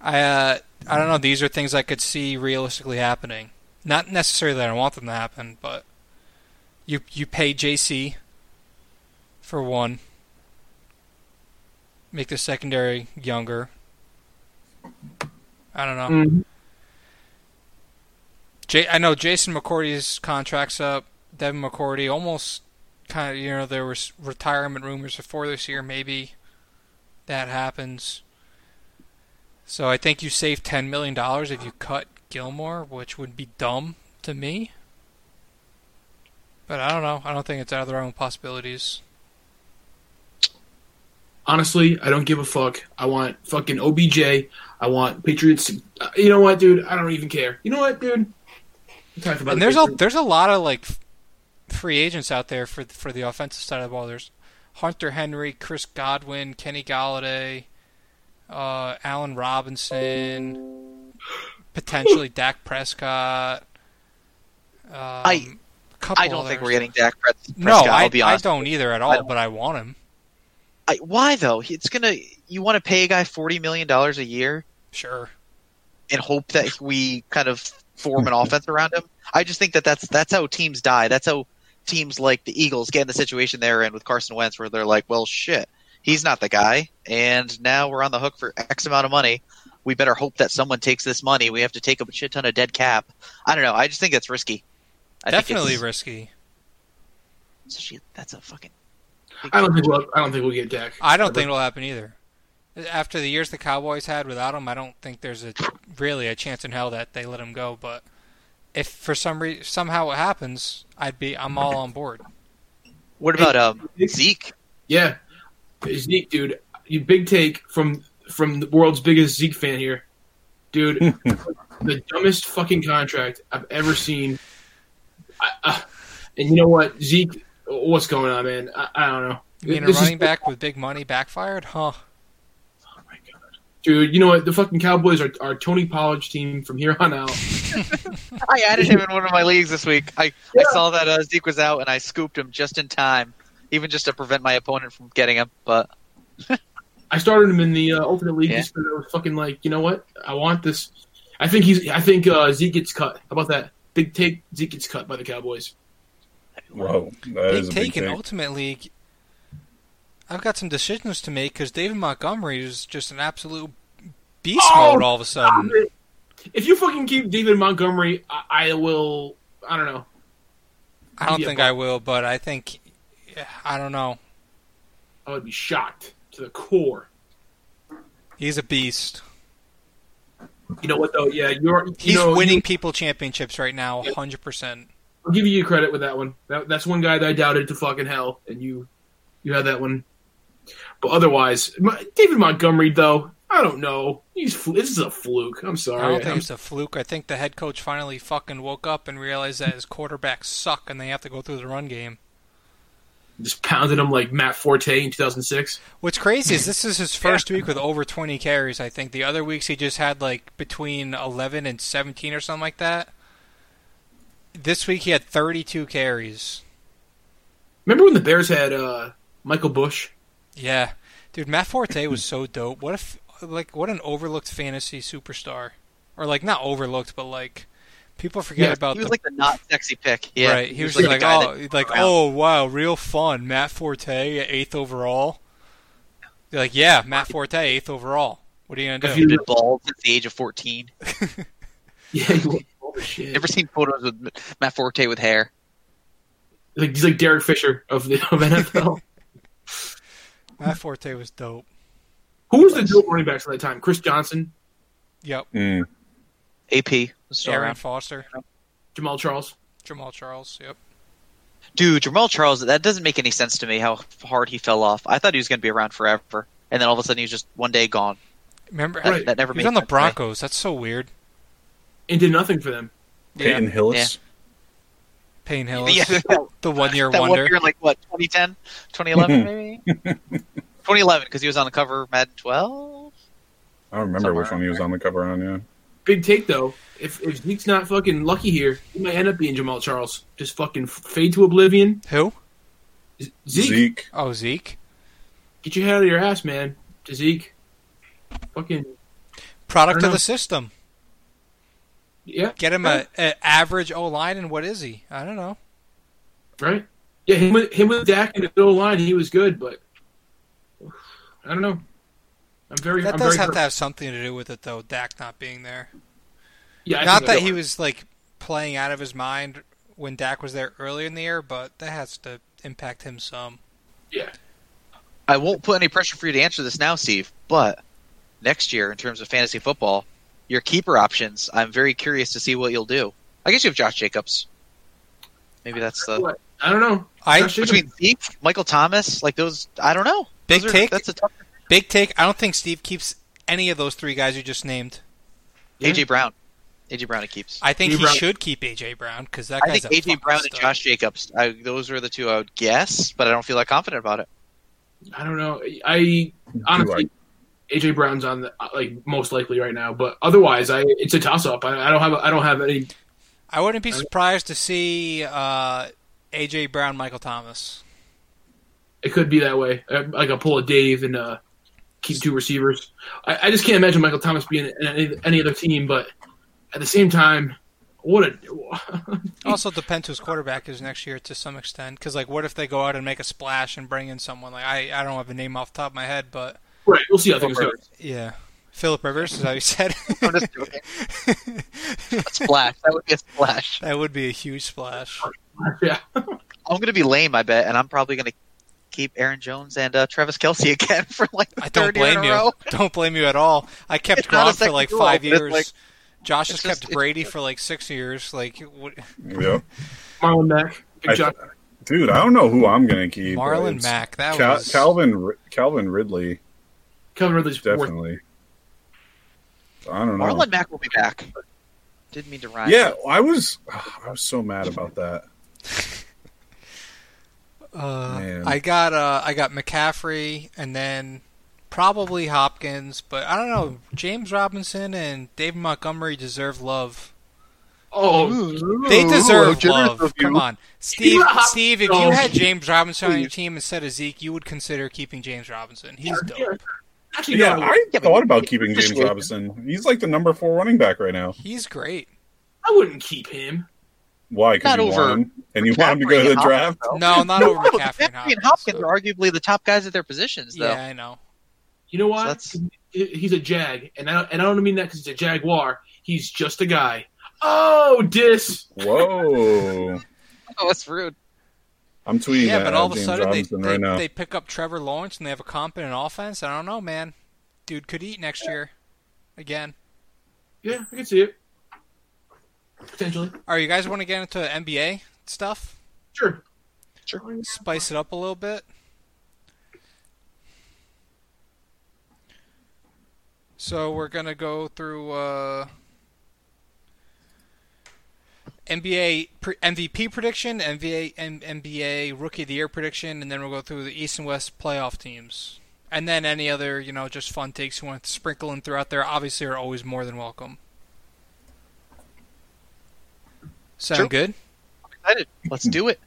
D: I uh, I don't know. These are things I could see realistically happening. Not necessarily that I want them to happen, but you you pay JC for one, make the secondary younger. I don't know.
E: Mhm.
D: J- I know Jason McCourty's contract's up. Devin McCourty almost kind of, you know, there was retirement rumors before this year, maybe. that happens. So I think you save ten million dollars if you cut Gilmore, which would be dumb to me. But I don't know. I don't think it's out of the realm of possibilities.
E: Honestly, I don't give a fuck. I want fucking OBJ. I want Patriots. uh, You know what, dude? I don't even care. You know what, dude? I'm tired about
D: And
E: the
D: there's a
E: Patriots.
D: there's a lot of like f- free agents out there for for the offensive side of the ball. There's Hunter Henry, Chris Godwin, Kenny Galladay, uh, Allen Robinson, potentially Dak Prescott. Um,
F: I-
D: a couple
F: I don't think
D: others.
F: we're getting Dak Pres-
D: No,
F: Prescott.
D: I,
F: will be
D: I
F: honest.
D: don't either at
F: I
D: all.
F: don't-
D: But I want him.
F: I, why though? He- It's gonna. You want to pay a guy forty million dollars a year
D: Sure.
F: and hope that we kind of form an offense around him? I just think that that's that's how teams die. That's how teams like the Eagles get in the situation they're in with Carson Wentz, where they're like, "Well, shit, he's not the guy," and now we're on the hook for X amount of money. We better hope that someone takes this money. We have to take a shit ton of dead cap. I don't know. I just think that's risky. I think
D: Definitely
F: it's-
D: risky.
F: shit, that's a fucking.
E: I don't think we'll. I don't think we'll get Dak.
D: I don't think it'll happen either. After the years the Cowboys had without him, I don't think there's a really a chance in hell that they let him go. But if for some reason somehow it happens, I'd be I'm all on board.
F: What about um, Zeke?
E: Yeah, Zeke, dude. You big take from from the world's biggest Zeke fan here,
D: (laughs)
E: dude. the dumbest fucking contract I've ever seen. I, uh, and you know what, Zeke? What's going on, man? I, I don't know.
D: Being a
E: This is-
D: running back with big money backfired, huh?
E: Oh my god, dude. You know what? The fucking Cowboys are, are Tony Pollard's team from here on out.
F: I added him in one of my leagues this week. I,
E: Yeah.
F: I saw that uh, Zeke was out, and I scooped him just in time, even just to prevent my opponent from getting him. But
E: I started him in the uh, Ultimate League
F: Yeah.
E: just because I was fucking like, you know what? I want this. I think he's. I think uh, Zeke gets cut. How about that? Big take. Zeke gets cut by the Cowboys.
G: Whoa, that
D: Big
G: is a big
D: take in
G: take.
D: Ultimate League. I've got some decisions to make because David Montgomery is just an absolute beast
E: Oh,
D: mode all of a sudden.
E: If you fucking keep David Montgomery, I, I will. I don't know.
D: I don't
E: Yeah,
D: think
E: but-
D: I will, but I think yeah, I don't know.
E: I would be shocked to the core.
D: He's a beast.
E: You know what though? Yeah, you're. you
D: He's
E: know,
D: winning
E: you-
D: people championships right now, hundred percent.
E: I'll give you credit with that one. That, that's one guy that I doubted to fucking hell, and you, you had that one. But otherwise, my, David Montgomery though, I don't know. He's fl- this is a fluke. I'm sorry.
D: I don't think
E: I'm
D: it's a fluke. I think the head coach finally fucking woke up and realized that his quarterbacks suck and they have to go through the run game.
E: just pounded him like Matt Forte in 2006.
D: What's crazy is this is
F: (laughs)
D: his first week with over 20 carries, I think. The other weeks he just had like between 11 and 17 or something like that. This week he had 32 carries.
E: Remember when the Bears had uh, Michael Bush? (laughs)
D: Yeah. Dude, Matt Forte was
F: (clears throat)
D: so dope. What if like what an overlooked fantasy superstar. Or like not overlooked, but like people forget
E: Yeah,
D: about
F: he was
D: the
F: like the not sexy pick. Yeah,
D: right. He, was,
F: the
D: like,
F: guy
D: oh,
F: that-
D: like oh wow, real fun. Matt Forte, eighth overall. You're like, yeah, Matt Forte, eighth overall. What are you gonna
E: If
D: do?
F: He's been bald since the age of fourteen.
E: Yeah, he was all the shit.
F: Never seen photos with Matt Forte with hair.
E: Like, he's like Derek Fisher of the of NFL.
D: Matt Forte was dope.
E: Who was the dope running backs at that time? Chris Johnson,
D: Yep.
G: Mm.
F: AP was still
D: Aaron
F: around.
D: Foster,
E: Jamal Charles.
D: Jamal Charles. Yep.
F: Dude, Jamal Charles. That doesn't make any sense to me. How hard he fell off. I thought he was going to be around forever, and then all of a sudden he was just one day gone.
D: Remember?
F: That,
E: Right.
F: that never
D: He
F: made
D: was on the
F: sense to me.
D: Broncos. That's so weird.
E: And did nothing for them.
G: Peyton Hillis.
F: (laughs)
D: Payne Hillis,
F: Yeah,
D: the one-year
F: (laughs) that
D: wonder.
F: one year, like what, 2010, 2011, maybe? 2011, because he was on the cover of Madden 12.
G: I don't remember which
F: Somewhere.
G: one he was on the cover on. Yeah,
E: Big take though. If if Zeke's not fucking lucky here, he might end up being Jamal Charles. Just fucking fade to oblivion.
D: Who?
E: Z- Zeke,
G: Zeke.
D: Oh, Zeke.
E: get your head out of your ass, man. To Zeke, fucking I
D: Product
E: don't
D: of
E: know.
D: the system.
E: yeah,
D: Get him a, a average O line, and what is he? I don't know.
E: right? Yeah, him with him with Dak in the middle line, he was good, but I don't know. I'm very.
D: That
E: I'm
D: does
E: very
D: have
E: hurt.
D: to have something to do with it, though. Dak not being there.
E: Yeah, I
D: Not
E: think
D: that
E: so.
D: he was like playing out of his mind when Dak was there earlier in the year, but that has to impact him some.
E: Yeah,
F: I I won't put any pressure for you to answer this now, Steve, but next year, in terms of fantasy football, your keeper options, I'm very curious to see what you'll do. I guess you have Josh Jacobs. Maybe that's the.
E: What? I don't know.
D: I-
E: Josh Jacobs-
F: Between Zeke, Michael Thomas, like those, I don't know.
D: Big
F: Those are-
D: take?
F: That's a tough.
D: Big take. I don't think Steve keeps any of those three guys you just named.
F: AJ Brown. AJ Brown, it keeps.
D: I think
E: AJ
D: he
E: Brown.
D: should keep AJ Brown because that
F: I
D: guy's
F: think AJ Brown and Josh Jacobs. I, those are the two I would guess, but I don't feel that confident about it.
E: I don't know. I honestly, AJ Brown's on the like most likely right now, but otherwise, I it's a toss up. I, I don't have I don't have any.
D: I wouldn't be surprised to see uh, AJ Brown, Michael Thomas.
E: It could be that way. I, like a pull a Dave and uh, keep two receivers. I, I just can't imagine Michael Thomas being in any, any other team, but at the same time, what a (laughs)
D: Also
F: (laughs)
D: depends whose quarterback is next year to some extent. Because like, what if they go out and make a splash and bring in someone? Like, I I don't have a name off the top of my head, but
E: right. We'll see how things go.
D: yeah, Philip Rivers is how you said.
F: I'm just
D: (laughs)
F: joking. splash. That would be a splash.
D: that would be a huge splash.
E: (laughs) Yeah,
F: I'm going to be lame, I bet, and I'm probably going to keep Aaron Jones and uh, Travis Kelsey again (laughs) for like the
D: I don't
F: third year in
D: blame
F: a
D: you.
F: row.
D: (laughs) Don't blame you at all. I kept
F: It's not a
D: Gronk for like
F: second
D: five
F: duel, but it's
D: years.
F: like-
D: Josh has
F: it's just-
D: kept
F: it's-
D: Brady for like six years. Like what,
G: Yeah.
E: Marlon Mack,
G: I-
E: Big Josh.
G: Dude, I don't know who I'm going to keep.
D: Marlon
G: It's
D: Mack. That
G: Cal-
D: was
G: Calvin, Ri- Calvin Ridley,
E: Calvin Ridley's fourth.
G: definitely. I don't know.
F: Marlon Mack will be back. Didn't mean to rhyme.
G: yeah, I was (sighs) I was so mad about that.
D: Uh,
G: Man.
D: I got uh, I got McCaffrey and then probably Hopkins, but I don't know. James Robinson and David Montgomery deserve love.
E: Oh,
D: They deserve
F: generous
D: love. Come on, Steve.
E: Hopkins-
D: Steve, if you had James Robinson on your team instead of Zeke, you would consider keeping James Robinson. He's dope.
E: actually,
G: Yeah,
E: no, I,
G: I
F: Yeah, but-
G: thought about keeping James
F: Appreciate it.
G: Robinson. He's like the number four running back right now.
D: He's great.
E: I wouldn't keep him.
G: Why?
F: Not
G: Because you
F: over
G: want him, and you want him to go to
F: McCaffrey
G: the
F: and
G: draft.
F: Hopkins,
D: No, not
F: though. (laughs)
D: over
F: No,
D: McCaffrey and
F: and
D: Hopkins.
F: Hopkins
D: though.
F: are arguably the top guys at their positions, though.
D: yeah, I know.
E: You know
F: So
E: why?
F: that's-
E: He- he's a jag, and I don't, and I don't mean that because he's a jaguar. He's just a guy. Oh, dis.
G: Whoa!
F: Oh, that's rude.
G: I'm tweeting
D: Yeah,
G: that
D: but
G: out,
D: all of a
G: James
D: sudden they,
G: Robinson
D: they,
G: right now.
D: they pick up Trevor Lawrence and they have a competent offense. I don't know, man. Dude could eat next year again.
E: Yeah, I can see it. Potentially,
D: All right, you guys want to get into NBA stuff?
E: sure.
D: Spice it up a little bit. So we're gonna go through uh, NBA pre- MVP prediction, NBA M- NBA Rookie of the Year prediction, and then we'll go through the East and West playoff teams, and then any other you know just fun takes you want to sprinkle in throughout there. Obviously, are always more than welcome. Sound
F: Sure.
D: good?
F: Excited. Let's do it.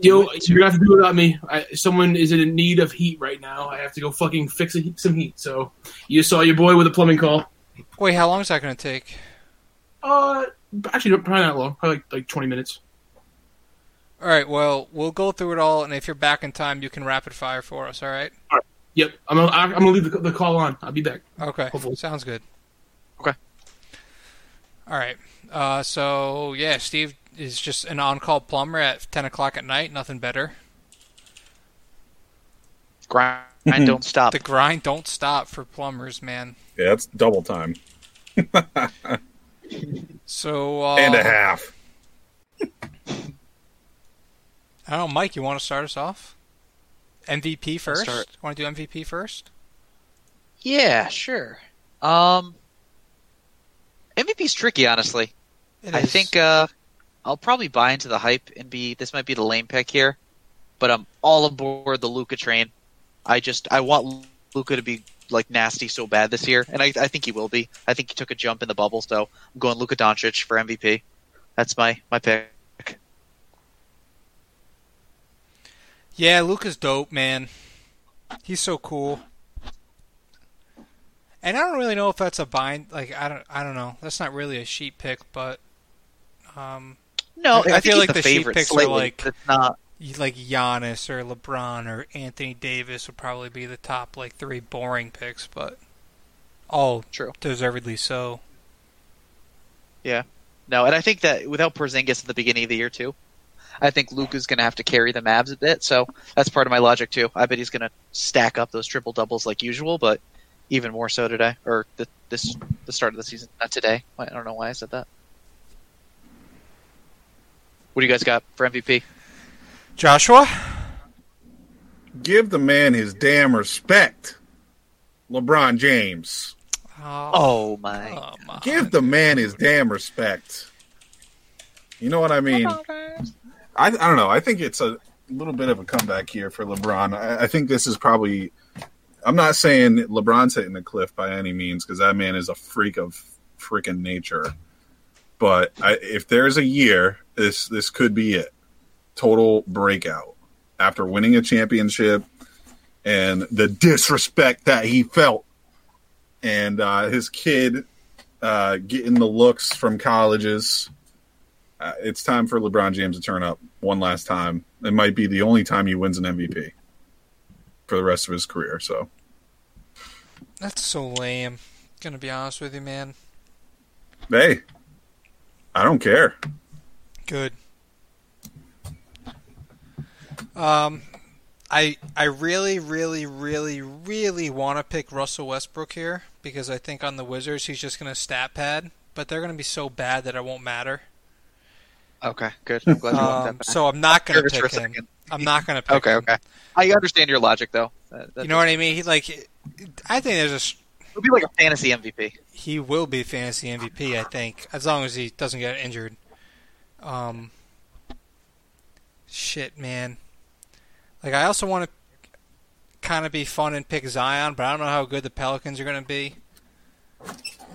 E: Yo, you're gonna have to do without me. I, someone is in need of heat right now. I have to go fucking fix a, heat- some heat. So you saw your boy with a plumbing call.
D: Wait, how long is that gonna take?
E: Uh, actually, probably not long. Probably like, like 20 minutes.
D: All right. Well, we'll go through it all, and if you're back in time, you can rapid fire for us. All right.
E: Yep, I'm gonna, I'm gonna leave the, the call on. I'll be back.
D: Okay.
E: Hopefully.
D: Sounds good.
F: Okay.
D: All right. Uh, so yeah, Steve is just an on-call plumber at 10 o'clock at night. Nothing better.
F: (laughs) Grind. Grind don't stop.
D: The grind don't stop for plumbers, man.
G: yeah, that's double time
D: So uh,
G: and a half.
D: I don't know, Mike. You want to start us off? MVP first.
F: start.
D: Want to do MVP first?
F: Yeah, sure. Um, MVP's tricky, honestly.
D: It
F: I
D: is.
F: think uh, I'll probably buy into the hype and be. This might be the lame pick here, but I'm all aboard the Luca train. I just I want Luca to be like nasty so bad this year, and I, I think he will be. I think he took a jump in the bubble, so I'm going Luka Doncic for MVP. That's my my pick.
D: Yeah, Luca's dope, man. He's so cool. And I don't really know if that's a bind. Like I don't, I don't know. That's not really a sheet pick, but um,
F: No,
D: I-
F: I,
D: I
F: think
D: feel
F: he's
D: like
F: the,
D: the sheep
F: favorite.
D: picks are
F: slightly.
D: like-
F: it's not.
D: you- like Giannis or LeBron or Anthony Davis would probably be the top like three boring picks, but all
F: True.
D: deservedly so.
F: No, and I think that without Porzingis at the beginning of the year too, I think Luca's going to have to carry the Mavs a bit. So that's part of my logic too. I bet he's going to stack up those triple doubles like usual, but even more so today or the, this the start of the season. Not today. I don't know why I said that. What do you guys got for MVP?
D: Joshua?
G: Give the man his damn respect, LeBron James.
F: Oh my!
D: Oh, my.
G: Give the man his damn respect. You know what I mean? I, I don't know. I think it's a little bit of a comeback here for LeBron. I, I think this is probably. I'm not saying LeBron's hitting the cliff by any means because that man is a freak of freaking nature. But I, if there's a year, this this could be it. Total breakout after winning a championship and the disrespect that he felt, and uh, his kid uh, getting the looks from colleges uh, it's time for LeBron James to turn up one last time. It might be the only time he wins an MVP for the rest of his career. So
D: That's so lame. Gonna be honest with you, man.
G: hey, I don't care.
D: Good. Um, I I really really really really want to pick Russell Westbrook here because I think on the Wizards he's just gonna stat pad, but they're gonna be so bad that it won't matter.
F: Okay, good. I'm glad you want
D: Um,
F: that. back.
D: so I'm not gonna
F: Nervous for
D: pick
F: a
D: him.
F: second.
D: I'm not gonna pick
F: Okay,
D: him.
F: okay. I understand your logic though. That, that
D: You know what I mean? He like, I think there's a s-
F: It'll be like a fantasy MVP.
D: he will be fantasy MVP, I think, as long as he doesn't get injured. Um, shit, man. Like, I also want to kind of be fun and pick Zion, but I don't know how good the Pelicans are going to be.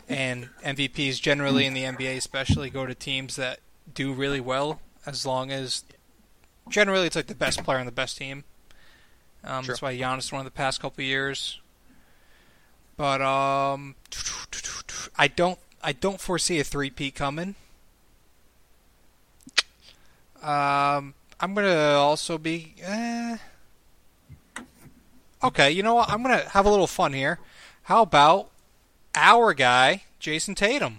D: And MVPs generally in the NBA, especially, go to teams that do really well, as long as generally it's like the best player on the best team. Um, That's why Giannis won the past couple years. But um, I don't I don't foresee a three P coming. Um, I'm gonna also be. Eh. Okay, you know what? I'm gonna have a little fun here. How about our guy, Jason Tatum?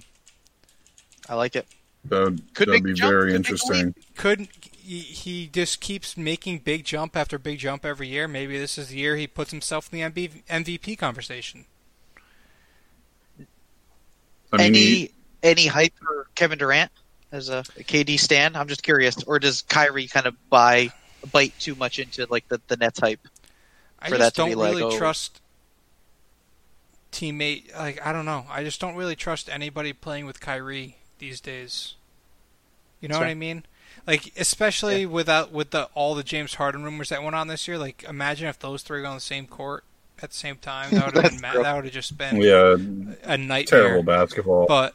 F: I like it.
G: That would,
F: Could
G: that'd
F: make
G: be
F: a jump,
G: very
F: could make a
G: interesting.
D: Couldn't he, he just keeps making big jump after big jump every year? Maybe this is the year he puts himself in the MB, MVP conversation.
G: I mean,
F: any
G: he-
F: any hype for Kevin Durant as a, a KD stan? I'm just curious. Or does Kyrie kind of buy bite too much into like the, the Nets hype?
D: I
F: for
D: just
F: that to
D: don't
F: be like,
D: really
F: oh.
D: trust teammate. Like I don't know. I just don't really trust anybody playing with Kyrie these days. You know
F: That's
D: what
F: fair.
D: I mean? Like especially without with the all the James Harden rumors that went on this year. Like imagine if those three were on the same court at the same time.
F: (laughs)
D: That would have been ma-
F: true.
D: that would have just been
G: yeah,
D: a nightmare.
G: terrible basketball.
D: But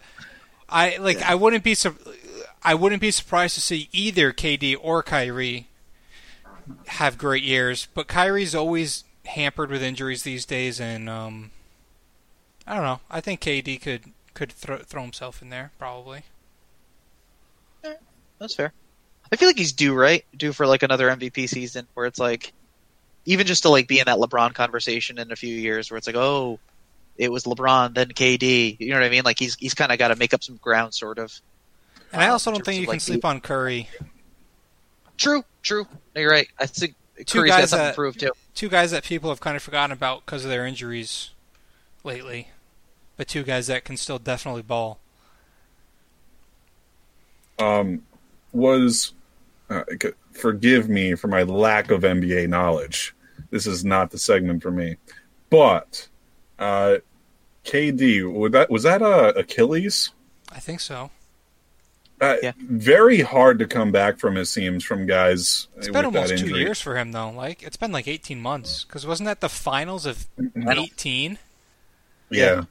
D: I like I wouldn't be sur- I wouldn't be surprised to see either KD or Kyrie have great years, but Kyrie's always hampered with injuries these days, and um, I don't know. I think KD could could throw throw himself in there probably.
F: That's fair. I feel like he's due right, due for like another MVP season where it's like, even just to like be in that LeBron conversation in a few years where it's like, oh, it was LeBron then KD. You know what I mean? Like he's he's kind of got to make up some ground, sort of.
D: And I
F: Um,
D: also
F: in
D: don't
F: terms
D: think
F: of,
D: you can
F: like,
D: sleep on Curry.
F: True, true. No, You're right. I think
D: Two
F: Curry's got
D: guys
F: something
D: that-
F: to prove too.
D: Two guys that people have kind of forgotten about because of their injuries lately, but two guys that can still definitely ball.
G: um, was uh, c- forgive me for my lack of NBA knowledge. This is not the segment for me, but uh, KD was that was that uh, Achilles?
D: I think so.
G: Uh,
F: Yeah.
G: Very hard to come back from it seems from guys
D: It's been
G: with that
D: almost two
G: injury.
D: years for him though. Like it's been like eighteen months because wasn't that the finals of
G: Mm-hmm.
D: eighteen?
G: Yeah.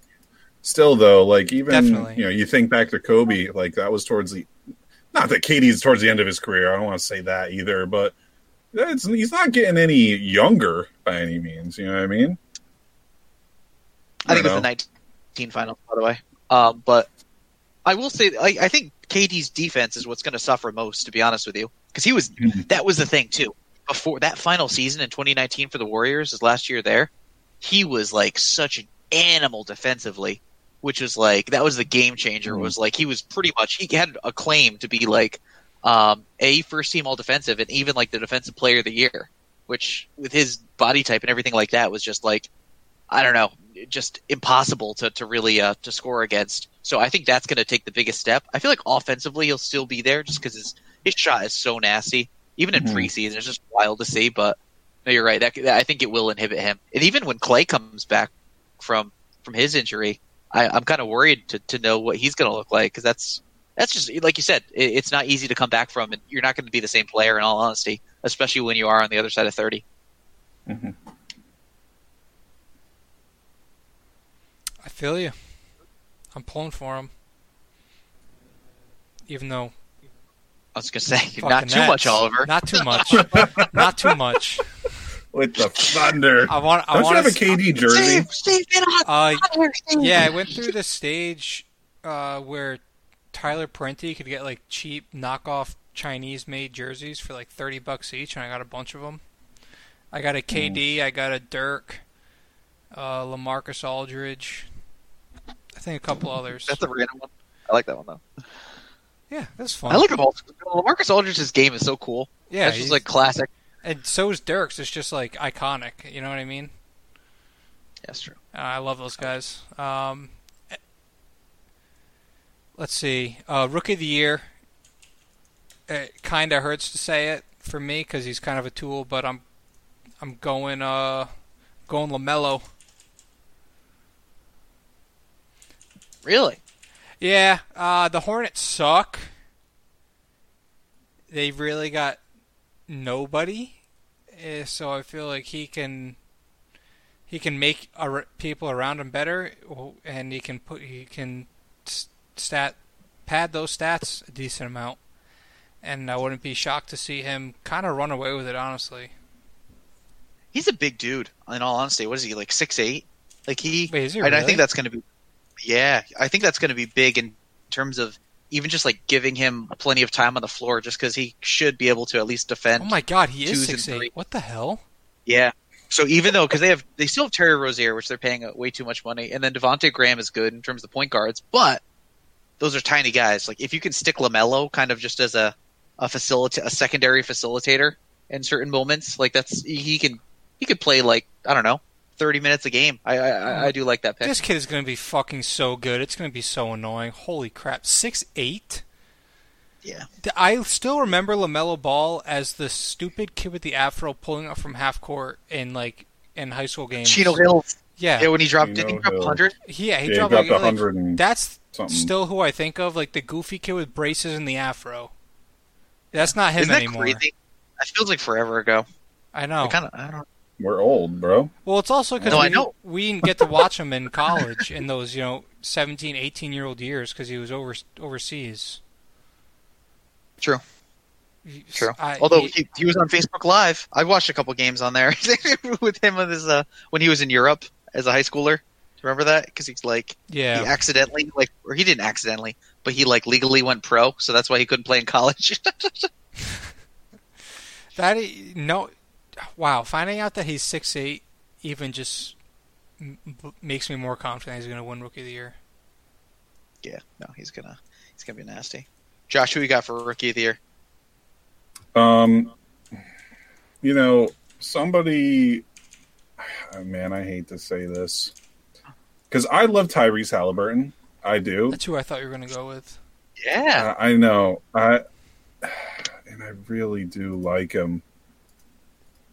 G: Still though, like even
D: Definitely.
G: you know, you think back to Kobe, like that was towards the not that Katie's towards the end of his career. I don't want to say that either, but that's he's not getting any younger by any means. You know what I mean?
F: I think
G: I
F: it's the
G: don't
F: 19 finals, by the way. Um, but I will say, I, I think KD's defense is what's going to suffer most, to be honest with you, because he was that was the thing too. Before that final season in 2019 for the Warriors, his last year there, he was like such an animal defensively, which was like that was the game changer. Was like he was pretty much he had a claim to be like um, a first team all defensive and even like the defensive player of the year, which with his body type and everything like that was just like I don't know, just impossible to to really uh, to score against. So I think that's going to take the biggest step. I feel like offensively he'll still be there just because his his shot is so nasty. Even in
G: Mhm.
F: preseason, it's just wild to see. But no, you're right. That, that- I think it will inhibit him. And even when Clay comes back from from his injury, I, I'm kind of worried to, to know what he's going to look like because that's that's just like you said. It, it's not easy to come back from, and you're not going to be the same player in all honesty, especially when you are on the other side of thirty.
D: I feel you. I'm pulling for him. Even though
F: I was going to say (laughs)
D: fucking
F: not too
D: Nets.
F: much, Oliver.
D: Not too
F: (laughs)
D: much. not too much. (laughs)
G: With the thunder.
D: I want. I
G: Don't you
D: want
G: have a KD jersey?
F: Steve, get out
D: Uh,
F: here, Steve.
D: yeah, I went through the stage uh, where Tyler Parenti could get like cheap knockoff Chinese-made jerseys for like thirty bucks each, and I got a bunch of them. I got a KD, I got a Dirk, uh, Lamarcus Aldridge, I think a couple others.
F: That's a random one. I like that one though.
D: yeah, that's fun.
F: I like them all. Marcus Aldridge's game is so cool.
D: yeah,
F: that's just
D: he's-
F: like classic.
D: and so is Dirk's. It's just like iconic. You know what I mean?
F: That's true.
D: Uh, I love those guys. Um, eh, let's see. Uh, Rookie of the Year. It kind of hurts to say it for me because he's kind of a tool, but I'm I'm going uh going Lamelo.
F: Really?
D: Yeah. Uh, the Hornets suck. They really got nobody, eh, so I feel like he can. He can make ar- people around him better, w- and he can put he can s- stat pad those stats a decent amount. And I wouldn't be shocked to see him kind of run away with it. Honestly,
F: He's a big dude. In all honesty, what is he like? Six eight? Like he?
D: Wait, is he
F: and I
D: really?
F: think that's going to be. Yeah, I think that's going to be big in terms of even just like giving him plenty of time on the floor, just because he should be able to at least defend.
D: oh my God, he is
F: twos and
D: six
F: three.
D: eight. What the hell?
F: Yeah. So even though because they have they still have Terry Rozier, which they're paying way too much money, and then Devonte Graham is good in terms of the point guards, but those are tiny guys. Like if you can stick Lamelo kind of just as a a facilita- a secondary facilitator in certain moments, like that's he can he could play like I don't know thirty minutes a game. I I, I- I do like that pick.
D: This kid is going to be fucking so good. It's going to be so annoying. Holy crap. Six eight.
F: Yeah.
D: I still remember LaMelo Ball as the stupid kid with the afro pulling up from half court in like in high school games.
F: Chino Hills. Yeah,
D: Yeah.
F: when he dropped,
G: Chino
F: did he drop
G: Hill.
F: hundred?
D: Yeah, he
G: Yeah, he
D: dropped,
G: dropped
D: like, like,
G: 100 and
D: That's
G: something.
D: still who I think of, like the goofy kid with braces and the afro. That's not him
F: Isn't that
D: anymore. Oh.
F: crazy? That feels like forever ago.
D: I know.
F: Kind of, I don't.
G: We're old, bro.
D: Well, it's also because
F: No, I
D: we,
F: know.
D: we didn't get to watch him in college in those, you know, 17, 18 year old years because he was over, overseas.
F: True.
D: He-
F: True.
D: I-
F: Although
D: he-
F: he, he was on Facebook Live, I watched a couple games on there (laughs) with him on his, uh, when he was in Europe as a high schooler. Do you remember that? Because he's like he
D: yeah,
F: accidentally like or he didn't accidentally, but he like legally went pro, so that's why he couldn't play in college. (laughs)
D: that i- no, wow. Finding out that he's six eight even just m- m- makes me more confident he's going to win Rookie of the Year.
F: yeah, no, he's gonna he's gonna be nasty. Josh, who you got for rookie of the year?
G: Um, you know, somebody. (sighs) Oh, man, I hate to say this because I love Tyrese Halliburton. I do.
D: That's who I thought you were going to go with.
F: Yeah,
G: I I know. I (sighs) and I really do like him.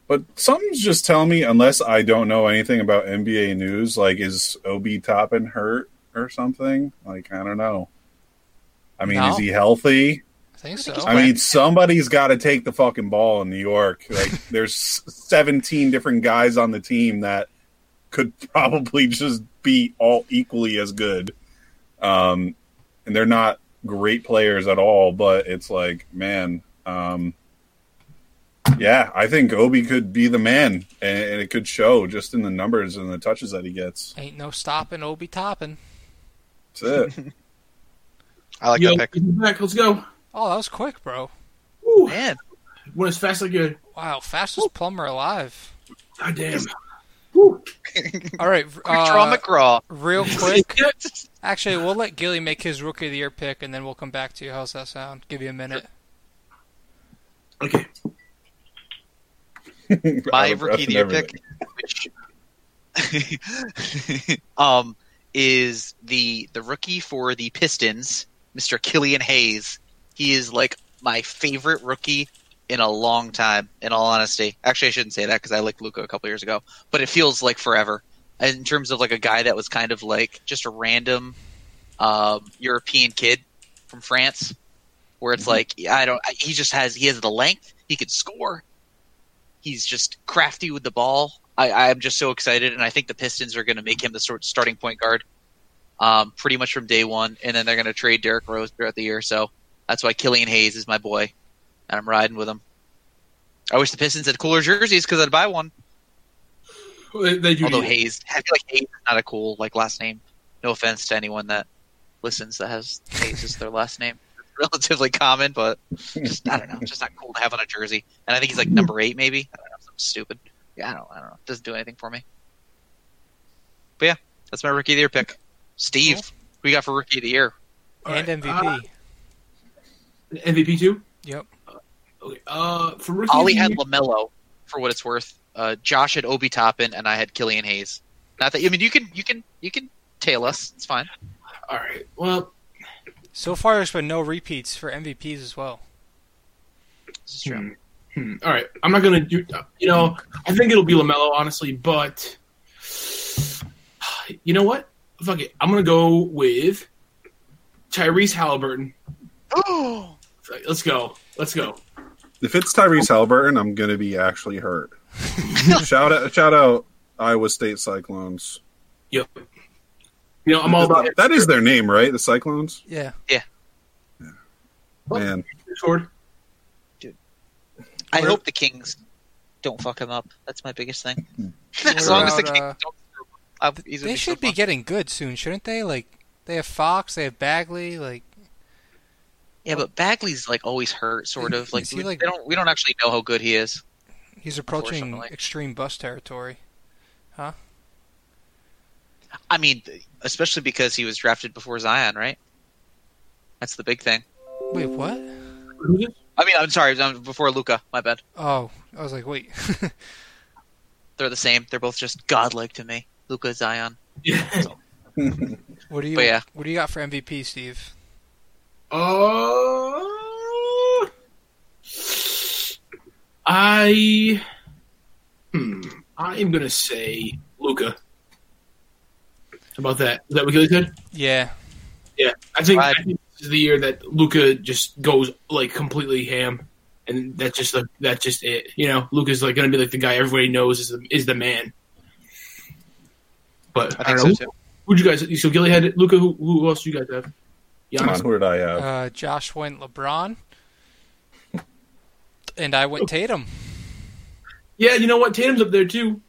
G: But something's just telling me, unless I don't know anything about NBA news, like is Ob Toppin hurt or something? Like I don't know. I mean,
D: No.
G: is he healthy?
D: I think so.
G: I mean, somebody's got to take the fucking ball in New York. Like, there's 17 different guys on the team that could probably just be all equally as good. Um, and they're not great players at all, but it's like, man, um, yeah, I think Obi could be the man, and, and it could show just in the numbers and the touches that he gets.
D: Ain't no stopping Obi Toppin.
G: That's it.
F: I like
E: Yo,
F: that pick.
E: he's back. Let's go.
D: Oh, that was quick, bro.
E: Woo.
F: Man,
E: Went as fast as I could.
D: Wow, fastest plumber
F: (laughs)
D: alive.
E: God damn.
D: All right,
F: quick
D: uh,
F: draw McGraw. (laughs)
D: real quick.
E: Yeah,
D: Actually, we'll let Gilly make his rookie of the year pick, and then we'll come back to you. How's that sound? Give you a minute.
E: Okay.
F: my
G: (laughs) Out of
F: rookie of
G: breath
F: the
G: and
F: year
G: everything.
F: pick, which (laughs) um, is the the rookie for the Pistons, Mr. Killian Hayes. He is like my favorite rookie in a long time. In all honesty, actually, I shouldn't say that because I liked Luca a couple years ago, but it feels like forever in terms of like a guy that was kind of like just a random um, European kid from France, where it's like I don't. I- He just has he has the length. He could score. He's just crafty with the ball. I, I'm just so excited, and I think the Pistons are going to make him the sort starting point guard, um, pretty much from day one, and then they're going to trade Derrick Rose throughout the year. So that's why Killian Hayes is my boy, and I'm riding with him. I wish the Pistons had cooler jerseys because I'd buy one.
E: Well, They, they do
F: Although
E: need-
F: Hayes, I feel like Hayes is not a cool like last name. No offense to anyone that listens that has Hayes as their last name. (laughs) It's relatively common, but just I don't know, just not cool to have on a jersey. And I think he's like number eight, maybe. I don't know, something stupid. Yeah, I don't, I don't know. Doesn't do anything for me. But yeah, that's my rookie of the year pick. Steve, who we got for rookie of the year.
E: All right,
D: and
E: uh,
D: MVP.
E: MVP too.
D: yep.
E: Okay. Uh, for rookie. of
F: Ollie
E: the
F: had
E: year-
F: Lamelo, for what it's worth. Uh, Josh had Obi Toppin, and I had Killian Hayes. Not that I mean, you can you can you can tail us. It's fine.
E: All right. Well,
D: So far, there's been no repeats for MVPs as well.
F: This is true.
E: hmm, all right. I'm not gonna do. You know, I think it'll be Lamelo, honestly. But (sighs) you know what? Fuck it. I'm gonna go with Tyrese Halliburton. Hmm.
F: (gasps) Oh,
E: Let's go. Let's go.
G: If it's Tyrese Halliburton, I'm gonna be actually hurt. shout out! Shout out! Iowa State Cyclones.
E: Yep. You know, I'm all about
G: that is their name, right? The Cyclones.
D: Yeah.
E: (laughs)
G: Man, (laughs)
E: Ford.
F: I
E: Where-
F: hope the Kings don't fuck him up. That's my biggest thing.
D: What
F: as long as the
D: about,
F: Kings
D: Hmm. uh,
F: don't screw him up, he's gonna
D: They should
F: so
D: be
F: fun.
D: getting good soon, shouldn't they? Like, they have Fox, they have Bagley. Like,
F: Yeah, but Bagley's like always hurt, sort of. Like,
D: Is he,
F: we,
D: like-
F: they don't, we don't actually know how good he is.
D: he's approaching
F: Unfortunately.
D: extreme bus territory.
F: I mean, especially because he was drafted before Zion, right? That's the big thing.
D: Wait, what?
E: Who's it?
F: I mean, I'm sorry, um, before Luca. My bad.
D: Oh, I was like, wait. (laughs)
F: They're the same. They're both just godlike to me. Luca Zion.
E: Yeah.
D: what do you?
F: But yeah.
D: What do you got for MVP, Steve?
E: Uh, I hmm, I am gonna say Luca. About that, is that what you said?
D: Yeah.
E: Yeah, I think, I
F: Right.
E: think this is the year that Luca just goes like completely ham, and that's just like that's just it. You know, Luca's like gonna be like the guy everybody knows is the, is the man. But I,
F: I think
E: don't know.
F: so too.
E: Who'd you guys? So Gilly had Luca. Who, who else do you guys have?
G: come on,
E: Giannis.
G: who did I have?
D: Uh, Josh went LeBron, and I went Tatum.
E: Yeah, you know what? Tatum's up there too.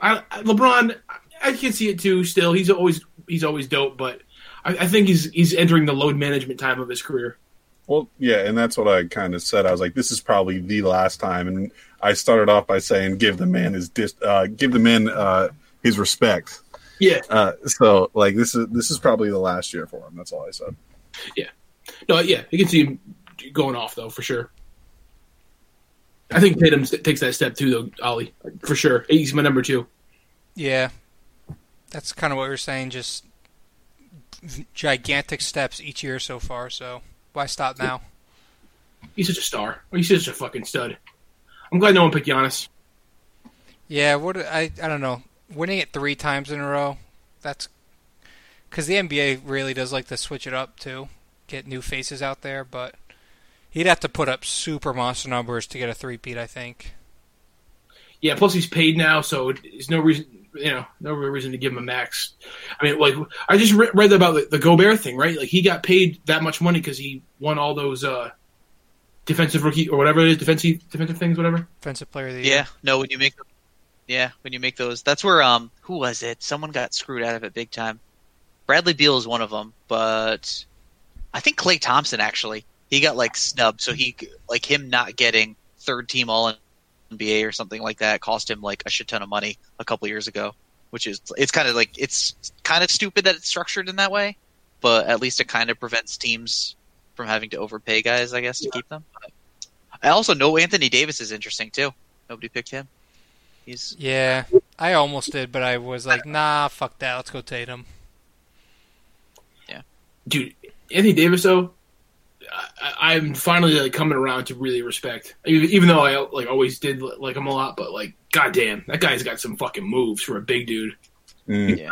E: I, I LeBron, I, I can see it too. Still, he's always he's always dope, but I, I think he's he's entering the load management time of his career.
G: Well, yeah, and that's what I kind of said. I was like, this is probably the last time, and I started off by saying, give the man his dis- uh, give the man uh, his respect.
E: Yeah,
G: Uh, so, like, this is this is probably the last year for him. That's all I said.
E: no, yeah, you can see him going off though for sure. I think Tatum st- takes that step too, though Ollie, for sure. He's my number two.
D: Yeah. That's kind of what we were saying. Just v- gigantic steps each year so far. So why stop now?
E: He's such a star. He's such a fucking stud. I'm glad no one picked Giannis.
D: Yeah. What I I don't know. Winning it three times in a row. That's because the NBA really does like to switch it up too, get new faces out there. But he'd have to put up super monster numbers to get a three-peat, I think.
E: Yeah, plus he's paid now, so there's no reason, you know, no real reason to give him a max. I mean, like I just re- read about the, the Gobert thing, right? Like he got paid that much money because he won all those uh, defensive rookie or whatever it is, defensive defensive things, whatever.
D: Defensive player of the year.
F: Yeah. No, when you make, yeah, when you make those, that's where um, who was it? Someone got screwed out of it big time. Bradley Beal is one of them, but I think Clay Thompson actually he got like snubbed, so he like him not getting third team All NBA or something like that cost him like a shit ton of money a couple years ago, which is it's kind of like it's kind of stupid that it's structured in that way, but at least it kind of prevents teams from having to overpay guys, I guess, to keep them. But I also know Anthony Davis is interesting too. Nobody picked him. He's
D: Yeah, I almost did, but I was like, nah, fuck that. Let's go Tatum.
E: dude, Anthony Davis though, I- I, I'm finally like coming around to really respect, even, even though I like always did like him a lot, but like, goddamn, that guy's got some fucking moves for a big dude.
G: Mm.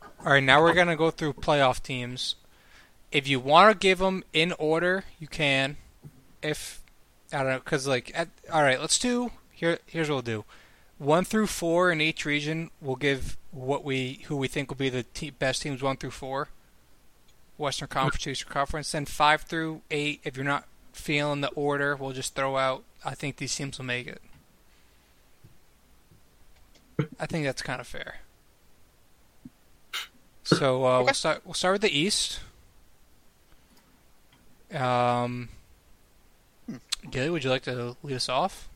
D: All right, now we're gonna go through playoff teams. If you want to give them in order, you can. If I don't know, because like, at, all right, let's do here. Here's what we'll do: one through four in each region. We'll give what we who we think will be the te- best teams one through four. Western Conference, Eastern Conference, then five through eight. If you're not feeling the order, we'll just throw out. I think these teams will make it. I think that's kind of fair. So uh, we'll start. We'll start with the East. Um, Gilly, would you like to lead us off?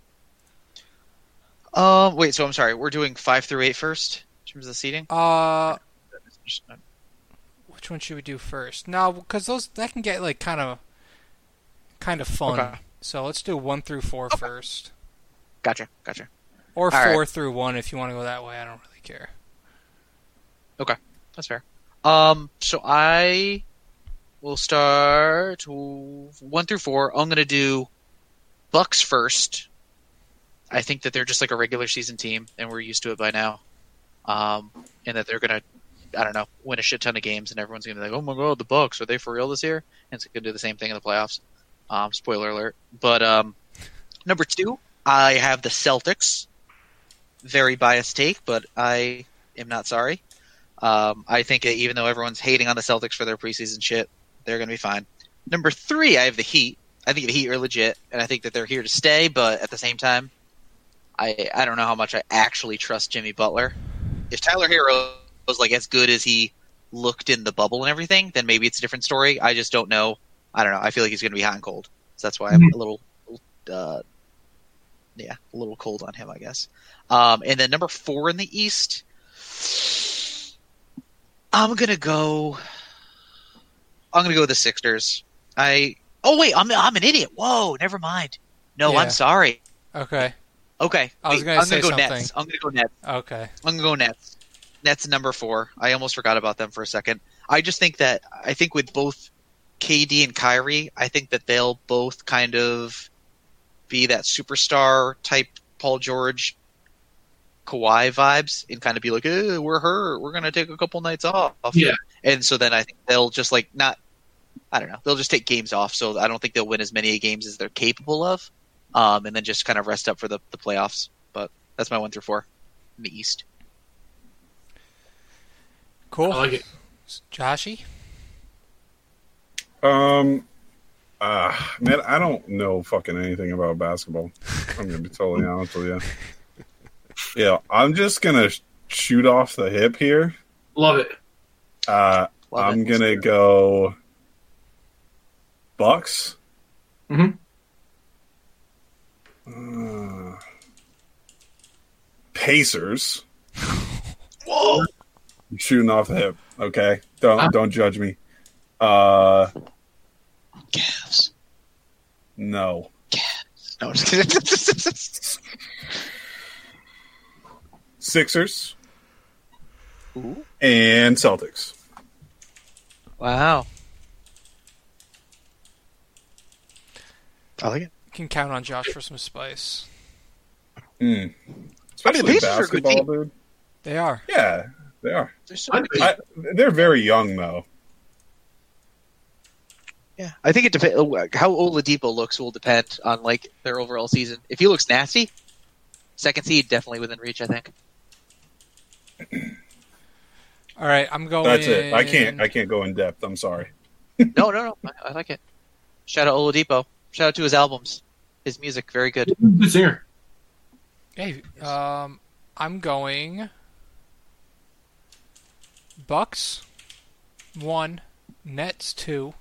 F: um wait, so I'm sorry. We're doing five through eight first in terms of the seating.
D: Uh, which one should we do first? No, because those that can get like kind of, kind of fun.
F: Okay.
D: So let's do one through four first,
F: Gotcha, gotcha.
D: or
F: All right.
D: four through one if you want to go that way. I don't really care.
F: That's fair. Um so I will start w- one through four. I'm gonna do Bucks first. I think that they're just like a regular season team and we're used to it by now. Um and that they're gonna I don't know, win a shit ton of games and everyone's gonna be like, Oh my god, the Bucks, are they for real this year? And it's gonna do the same thing in the playoffs. Um, spoiler alert. But um number two, I have the Celtics. Very biased take, but I am not sorry. Um, I think that even though everyone's hating on the Celtics for their preseason shit, they're going to be fine. Number three, I have the Heat. I think the Heat are legit, and I think that they're here to stay. But at the same time, I I don't know how much I actually trust Jimmy Butler. If Tyler Hero was like as good as he looked in the bubble and everything, then maybe it's a different story. I just don't know. I don't know. I feel like he's going to be hot and cold, so that's why I'm a little, uh, yeah, a little cold on him, I guess. Um, and then number four in the East. I'm gonna go. I'm gonna go with the Sixers. I. Oh wait, I'm I'm an idiot. Whoa, never mind. No,
D: Yeah.
F: I'm sorry.
D: Okay.
F: Okay,
D: I was
F: wait,
D: gonna
F: I'm
D: say
F: gonna go
D: something.
F: Nets. I'm gonna go Nets.
D: Okay.
F: I'm gonna go Nets. Nets number four. I almost forgot about them for a second. I just think that I think with both KD and Kyrie, I think that they'll both kind of be that superstar type Paul George, Kawhi vibes, and kind of be like, "Eh, "We're hurt. We're gonna take a couple nights off."
E: Yeah.
F: And so then I think they'll just like not. I don't know. They'll just take games off, so I don't think they'll win as many games as they're capable of, um, and then just kind of rest up for the, the playoffs. But that's my one through four in the East.
D: Cool.
E: I like it.
D: Joshy.
G: Um, uh, man, I don't know fucking anything about basketball. I'm gonna be
F: (laughs)
G: totally honest with you. Yeah, I'm just gonna sh- shoot off the hip here.
E: Love it.
G: Uh,
F: Love
G: I'm
F: it.
G: gonna go Bucks.
E: Mhm.
G: Uh, Pacers.
F: (laughs) Whoa!
G: I'm shooting off the hip. Okay, don't don't judge me. Uh,
F: Cavs.
G: no.
F: No, I'm just kidding. (laughs)
G: Sixers and Celtics.
F: wow. I like it.
D: Can count on Josh for some spice.
G: Mm. Especially
F: Pacers are a good
G: basketball,
F: team.
G: dude.
D: They are.
G: Yeah, they are.
F: There's
E: I,
G: I, they're very young though.
F: yeah, I think it depends. How Oladipo looks will depend on like their overall season. If he looks nasty, second seed definitely within reach. I think.
D: All right. I'm going.
G: That's it. I can't. I can't go in depth. I'm sorry.
F: No, no, no. I, I like it. Shout out Oladipo. Shout out to his albums. His music very good.
E: good singer.
D: Hey, um, I'm going Bucks one, Nets two,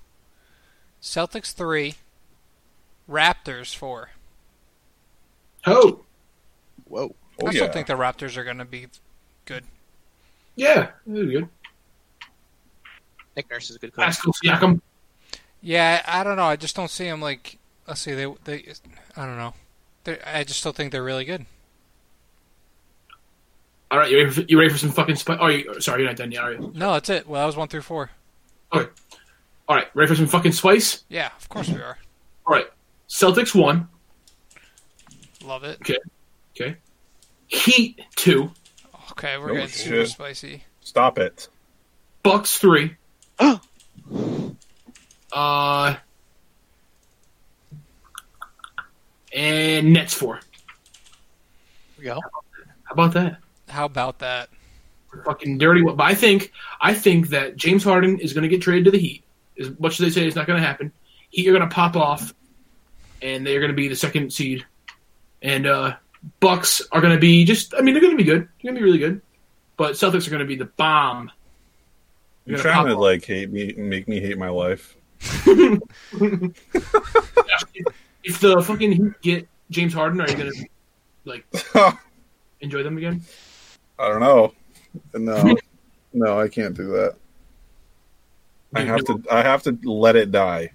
D: Celtics three, Raptors four.
E: Oh,
F: Whoa.
G: Oh,
D: I still
G: yeah.
D: think the Raptors are going to be good.
E: yeah, that was good.
F: Nick Nurse is a good coach.
E: Pascal Siakam.
D: Yeah, I I don't know. I just don't see them like let's see, they they I don't know. They're, I just still think they're really good.
E: All right, you ready for, you ready for some fucking? Spi- oh, you, sorry, you're not done yet, are you?
D: No, that's it. Well, that was one through four.
E: Okay. All right, ready for some fucking spice?
D: Yeah, of course we are.
E: All right, Celtics one.
D: Love it.
E: Okay. Heat two.
D: Okay, we're
G: Oh,
D: getting
G: shit.
D: super spicy.
G: Stop it.
E: Bucks three. uh. And Nets four.
F: There we go.
E: How about that?
D: How about that?
E: Fucking dirty. But I think I think that James Harden is going to get traded to the Heat. As much as they say it's not going to happen, Heat are going to pop off, and they're going to be the second seed. And uh, Bucks are going to be just. I mean, they're going to be good. They're going to be really good. But Celtics are going to be the bomb.
G: You're
E: You're gonna
G: trying to
E: pop-
G: like hate me, make me hate my life.
E: If the fucking Heat get James Harden, are you going to like
G: I
E: enjoy them again?
G: don't know.
F: (laughs)
G: No, no, I can't do that. I have to. I have to let it die.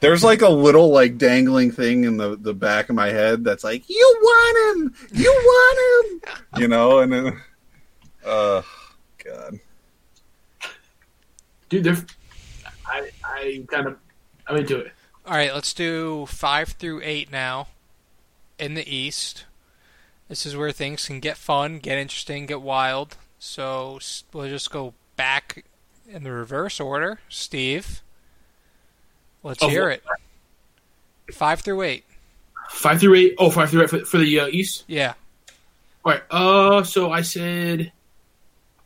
G: There's like a little like dangling thing in the the back of my head that's like, you want him, you want him, you know, and then, uh, God,
E: Dude, they're. I I kind of I'm into it.
D: All right, let's do five through eight now in the East. This is where things can get fun, get interesting, get wild. So s- we'll just go back in the reverse order. Steve, let's
E: Oh,
D: hear it. Five through eight.
E: Five through eight. Oh, five through eight for, for the uh, East.
D: Yeah.
E: All right. Uh, so I said.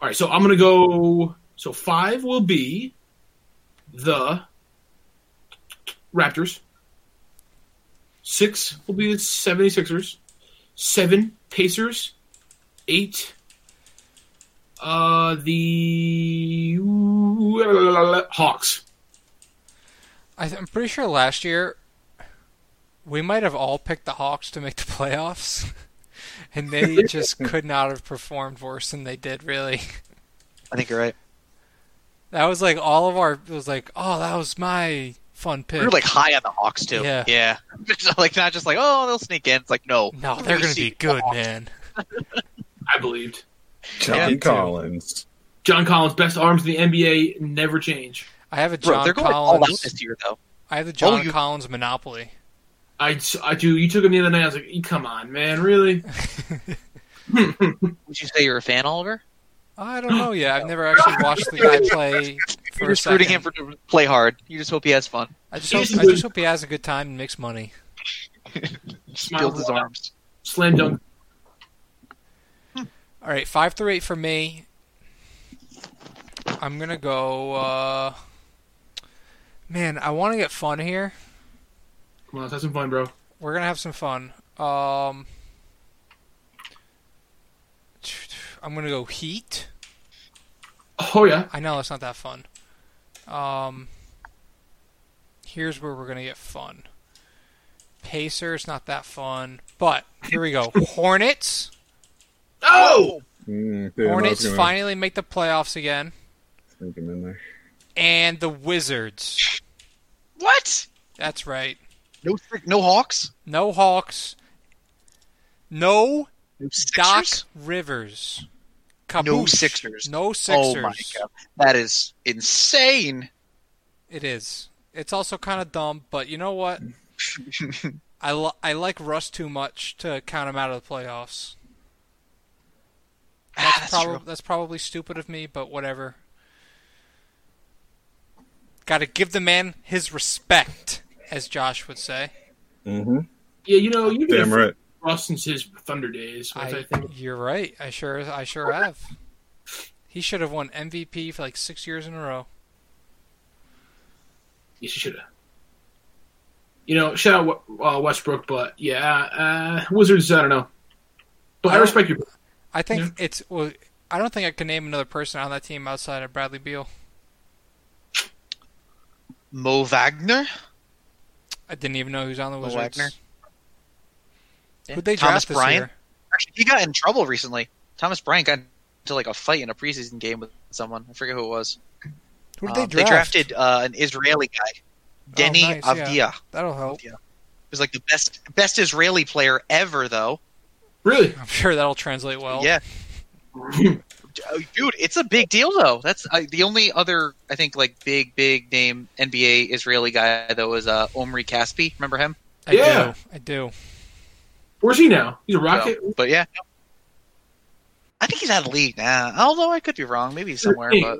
E: All right. So I'm gonna go. So five will be the Raptors. Six will be the 76ers. Seven Pacers. Eight. Uh, the Hawks.
D: I th- I'm pretty sure last year we might have all picked the Hawks to make the (laughs) playoffs, and they just could not have performed worse than they did, really.
F: I think you're right.
D: That was like all of our. It was like, oh, that was my fun pick.
F: We were like high on the Hawks too.
D: Yeah.
F: It's like not (laughs) just like oh they'll sneak in. It's like no,
D: no, they're
F: We
D: gonna
F: see
D: be good,
F: the Hawks.
D: man.
E: I believed.
G: John
F: Yeah.
G: Collins.
E: John Collins, best arms in the NBA, never change.
D: I have a
F: Bro,
D: John
F: they're going all out
D: Collins.
F: this year though.
D: I have the John
F: you-
D: Collins monopoly.
E: I, I do. You took him the other night. I was like, "E- come on, man, really?
F: Would you say you're a fan, Oliver?
D: I
F: (gasps)
D: don't know yet. I've never actually watched the guy
F: (laughs)
D: play
F: You're
D: for a
F: just rooting him
D: second.
F: for to play hard. You just hope he has fun.
D: I just
E: He
D: hope
E: just
D: I
E: would-
D: just hope he has a good time and makes money.
F: Just
E: Smile
F: builds his
E: more.
F: arms.
E: Slam dunk.
D: All right, five through eight for me. I'm gonna go. uh Man, I want to get fun here.
E: Come on, let's have some fun, bro.
D: We're gonna have some fun. Um, I'm gonna go Heat.
E: Oh yeah,
D: I know it's not that fun. Um, here's where we're gonna get fun. Pacers, not that fun, but here we
G: (coughs)
D: go. Hornets.
F: Oh,
G: Mm, dude, I was
D: Hornets
G: gonna
D: finally make the playoffs again,
G: sneak him in there.
D: and the Wizards.
F: what?
D: That's right.
F: No, no Hawks.
D: No Hawks. No
F: No
D: Doc
F: Sixers?
D: Rivers. Caboose.
F: No Sixers.
D: No Sixers.
F: Oh my god, that is insane.
D: It is. It's also kind of dumb, but you know
F: (laughs)
D: what? I, li- I like Russ too much to count him out of the playoffs. That's,
F: Ah, That's
D: prob-
F: true.
D: that's probably stupid of me, but whatever. Got to give the man his respect, as Josh would say.
E: yeah. You know, you
G: Mm-hmm. Damn right.
E: Russ since his Thunder days. which I,
D: I,
E: think.
D: you're right. I sure I
F: (laughs)
D: sure have. He should have won MVP for like six years in a row.
E: You should have. You know, shout out Wa- uh, Westbrook, but yeah, uh, Wizards. I don't know, but I respect you.
D: I think it's. Well, I don't think I can name another person on that team outside of Bradley Beal.
F: Mo Wagner.
D: I didn't even know who's on the
F: Mo
D: Wizards.
F: Wagner.
D: Who'd they
F: Thomas
D: draft this
F: Bryant.
D: year?
F: Actually, he got in trouble recently. Thomas Bryant got into like a fight in a preseason game with someone. I forget who it was.
D: Who did
F: Um,
D: they draft?
F: drafted uh, an Israeli guy. Denny
D: Oh, nice, yeah.
F: Avdia.
D: That'll help.
F: Who's like the best best Israeli player ever though.
E: Really?
D: I'm sure that'll translate well.
F: Yeah. Oh, Dude, it's a big deal though. That's I, the only other I think like big big name NBA Israeli guy though is uh Omri Caspi. Remember him?
D: I
E: Yeah.
D: do. I do.
E: (laughs) Where's he now? He's a rocket.
F: So, but yeah. I think he's out of the league now. Although I could be wrong, maybe he's somewhere. But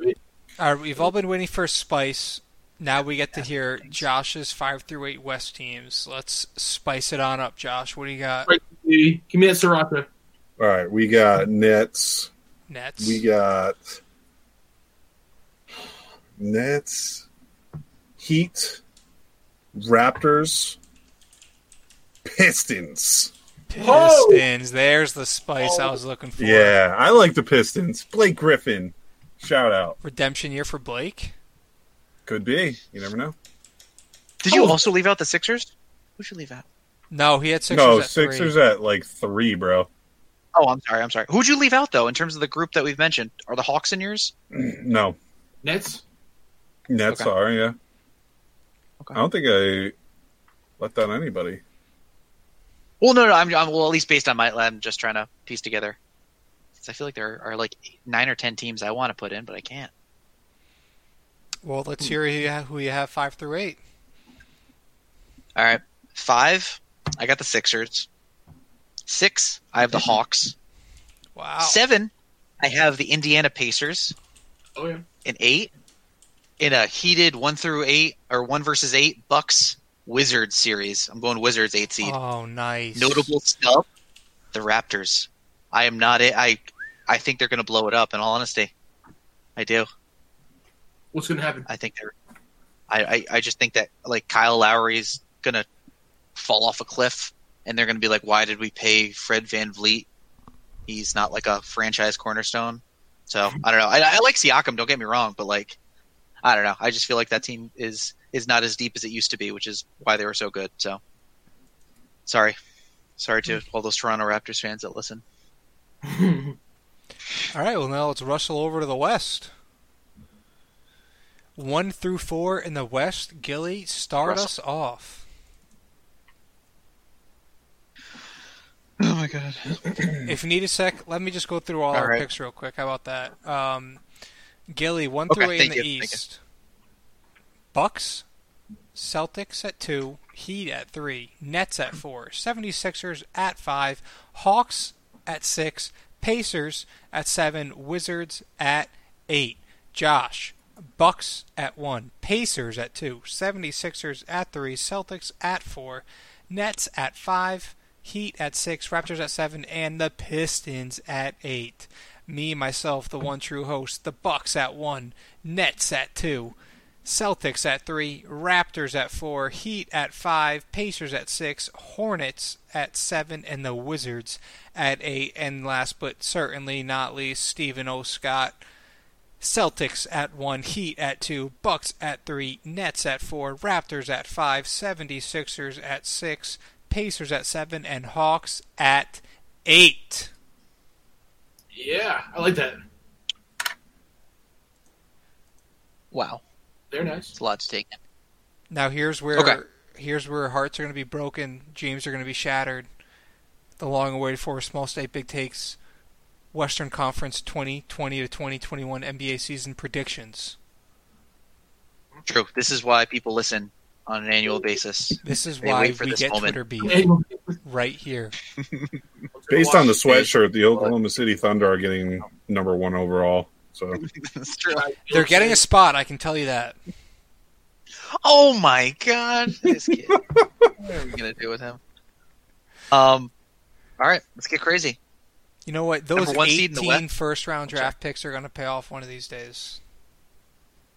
D: All right, we've all been waiting for Spice. Now we get to hear Josh's five through eight West teams. Let's spice it on up, Josh. What do you got?
E: Right, dude. Give me that Soraka.
G: All right, we got Nets.
D: Nets.
G: We got Nets, Heat, Raptors, Pistons.
D: Pistons. There's the spice I was looking for.
G: Yeah, I like the Pistons. Blake Griffin, shout out.
D: Redemption year for Blake.
G: Could be. You never know.
F: did you also leave out the Sixers? Who should leave out?
D: No, he had Sixers
G: no,
D: at
G: Sixers
D: three.
G: at like three, bro. (clears throat)
F: Oh, I'm sorry. I'm sorry. Who'd you leave out though? In terms of the group that we've mentioned, are the Hawks in yours?
G: No,
E: Nets.
G: Nets
F: Okay.
G: are yeah.
F: Okay.
G: I don't think I left out anybody.
F: Well, no, no. I'm, I'm well, at least based on my. I'm just trying to piece together. 'Cause I feel like there are like eight- nine or ten teams I want to put in, but I can't.
D: Well, let's hear who you have, who you have five through eight.
F: All right, five. I got the Sixers. Six. I have the Hawks.
D: Wow.
F: Seven. I have the Indiana Pacers.
E: Oh yeah.
F: And eight. In a heated one through eight or one versus eight Bucks Wizards series. I'm going Wizards eight seed.
D: Oh, nice.
F: notable snub the raptors i am not it i i think they're going to blow it up in all honesty i do
E: What's gonna happen?
F: i think they're i i, I just think that like kyle lowry's going to fall off a cliff and they're going to be like why did we pay fred van vliet he's not like a franchise cornerstone so i don't know i, I like siakam don't get me wrong but like i don't know i just feel like that team is is not as deep as it used to be which is why they were so good so sorry sorry to all those toronto raptors fans that listen
D: All right. Well, now let's rustle over to the West. One through four in the West. Gilly, start
F: Russell.
D: us off.
F: oh my god
D: If you need a sec, let me just go through all,
F: All
D: our
F: right.
D: picks real quick. How about that? Um, Gilly, one
F: Okay,
D: through eight in
F: thank
D: the
F: you, thank you.
D: East. Bucks, Celtics at two, Heat at three, Nets at four, 76ers at five, Hawks at six, Pacers at seven, Wizards at eight. Josh, Bucks at one, Pacers at two, 76ers at three, Celtics at four, Nets at five, Heat at six, Raptors at seven, and the Pistons at eight. Me, myself, the one true host, the Bucks at one, Nets at two, Celtics at three, Raptors at four, Heat at five, Pacers at six, Hornets at seven, and the Wizards at eight. And last but certainly not least, Stephen O. Scott. Celtics at 1, Heat at 2, Bucks at 3, Nets at 4, Raptors at 5, 76ers at 6, Pacers at 7, and Hawks at 8.
E: Yeah, I like that.
F: wow
E: They're nice.
F: It's a lot to take. in.
D: Now here's where
F: Okay.
D: here's where hearts are going to be broken, dreams are going to be shattered. The long awaited for small state big takes Western Conference 2020 to 2021 NBA season predictions.
F: True. This is why people listen on an annual basis.
D: This is
F: They
D: why
F: wait for
D: we
F: this
D: get
F: moment.
D: Twitter beat
E: And-
D: right here.
G: Based on the sweatshirt, the Oklahoma City Thunder are getting number one overall. So
F: That's true.
D: They're getting a spot, I can tell you that.
F: Oh my god, this kid. what are we gonna do with him? Um. All right, let's get crazy.
D: You know what? Those
F: Number one seed in the
D: 18 first round draft picks are going to pay off one of these days.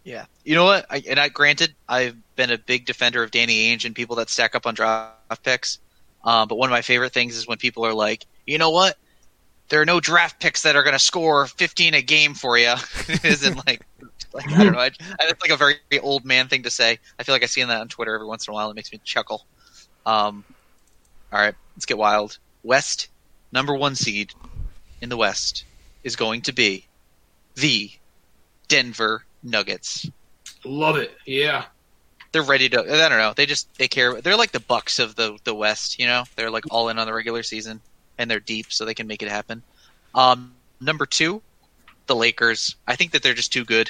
F: Yeah. You know what? I, and I granted, I've been a big defender of Danny Ainge and people that stack up on draft picks. Um, but one of my favorite things is when people are like, you know what? There are no draft picks that are going to score 15 a game for (laughs) you. Isn't like, like I don't know. I, I, it's like a very old man thing to say. I feel like I see that on Twitter every once in a while. It makes me chuckle. Um, all right, let's get wild. West number one seed in the West is going to be the Denver Nuggets.
E: Love it. Yeah.
F: they're ready to. I don't know. They just they care. They're like the Bucks of the the West. You know, they're like all in on the regular season, and they're deep, so they can make it happen. Um, number two, the Lakers. I think that they're just too good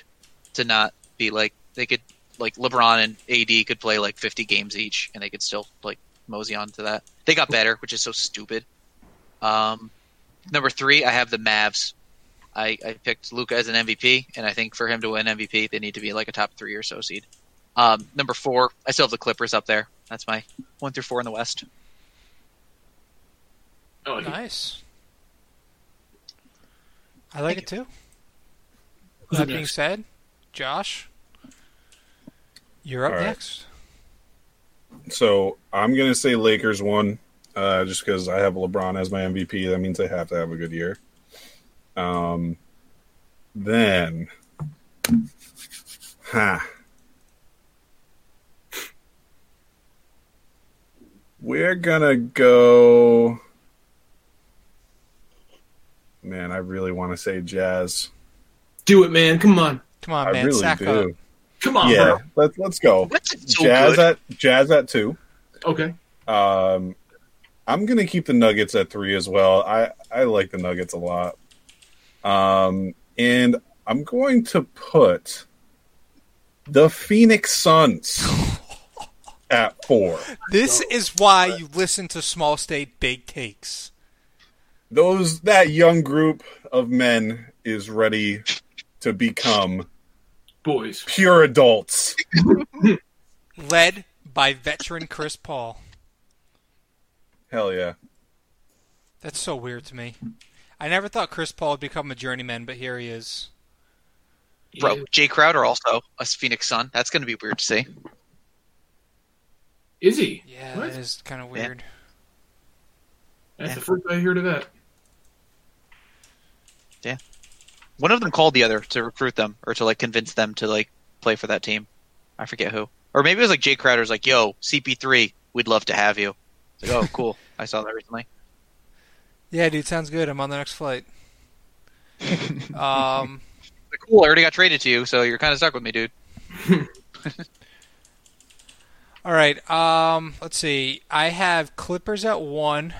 F: to not be like they could like LeBron and AD could play like 50 games each, and they could still like mosey on to that. They got better, which is so stupid. Um, number three, I have the Mavs. I, I picked Luca as an MVP, and I think for him to win MVP, they need to be like a top three or so seed. Um, number four, I still have the Clippers up there. That's my one through four in the West.
E: I like it.
D: Nice. I like it too.
E: Who's
D: That
E: up
D: being
E: next?
D: said, Josh, you're up
G: All right.
D: next.
G: So I'm gonna say Lakers won, uh, just because I have LeBron as my MVP. That means they have to have a good year. Um, then, huh? We're gonna go. Man, I really want to say Jazz.
E: Do it, man. Come on.
D: Come on,
G: I
D: man,
G: really
D: sack
G: do.
E: Come on,
G: Yeah, let's let's go.
F: What's it so
G: Jazz
F: good?
G: at Jazz at two.
E: bro. Okay.
G: Um, I'm gonna keep the Nuggets at three as well. I I like the Nuggets a lot. Um, and I'm going to put the Phoenix Suns at four.
D: up. This is why you listen to Small State Big Takes.
G: Those that young group of men is ready to become
E: Boys.
G: pure adults.
D: Led by veteran Chris Paul.
G: Hell yeah.
D: That's so weird to me. I never thought Chris Paul would become a journeyman, but here he is.
F: Bro, Jay Crowder also a Phoenix Sun. That's going to be weird to see.
E: Is he?
D: Yeah,
E: What?
D: that is kind of
F: Yeah.
D: weird.
E: That's the first I heard of that.
F: One of them called the other to recruit them or to like convince them to like play for that team. I forget who. Or maybe it was like Jay Crowder's like, "Yo, CP3, we'd love to have you." It's like, "Oh, (laughs) cool. I saw that recently."
D: Yeah, dude, sounds good. I'm on the next flight. um,
F: Like, cool. I already got traded to you, so you're kind of stuck with me, dude.
D: all right. Um, let's see. I have Clippers at one,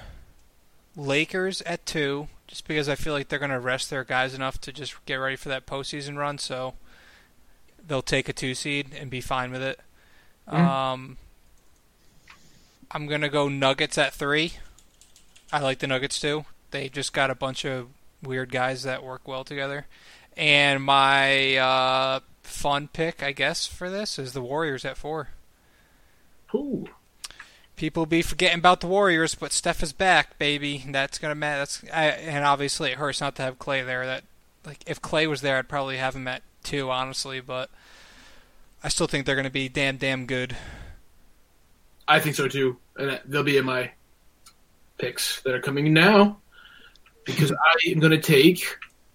D: Lakers at two, just because I feel like they're going to rest their guys enough to just get ready for that postseason run. So they'll take a two seed and be fine with it. Um, I'm gonna go Nuggets at three. I like the Nuggets too. They just got a bunch of weird guys that work well together. And my uh, fun pick, I guess, for this is the Warriors at four.
E: Ooh.
D: People be forgetting about the Warriors, but Steph is back, baby. That's gonna matter. That's I, and obviously it hurts not to have Clay there. That like if Clay was there, I'd probably have him at two, honestly. But I still think they're gonna be damn damn good.
E: I think so too, and that- they'll be in my picks that are coming now because I am going to take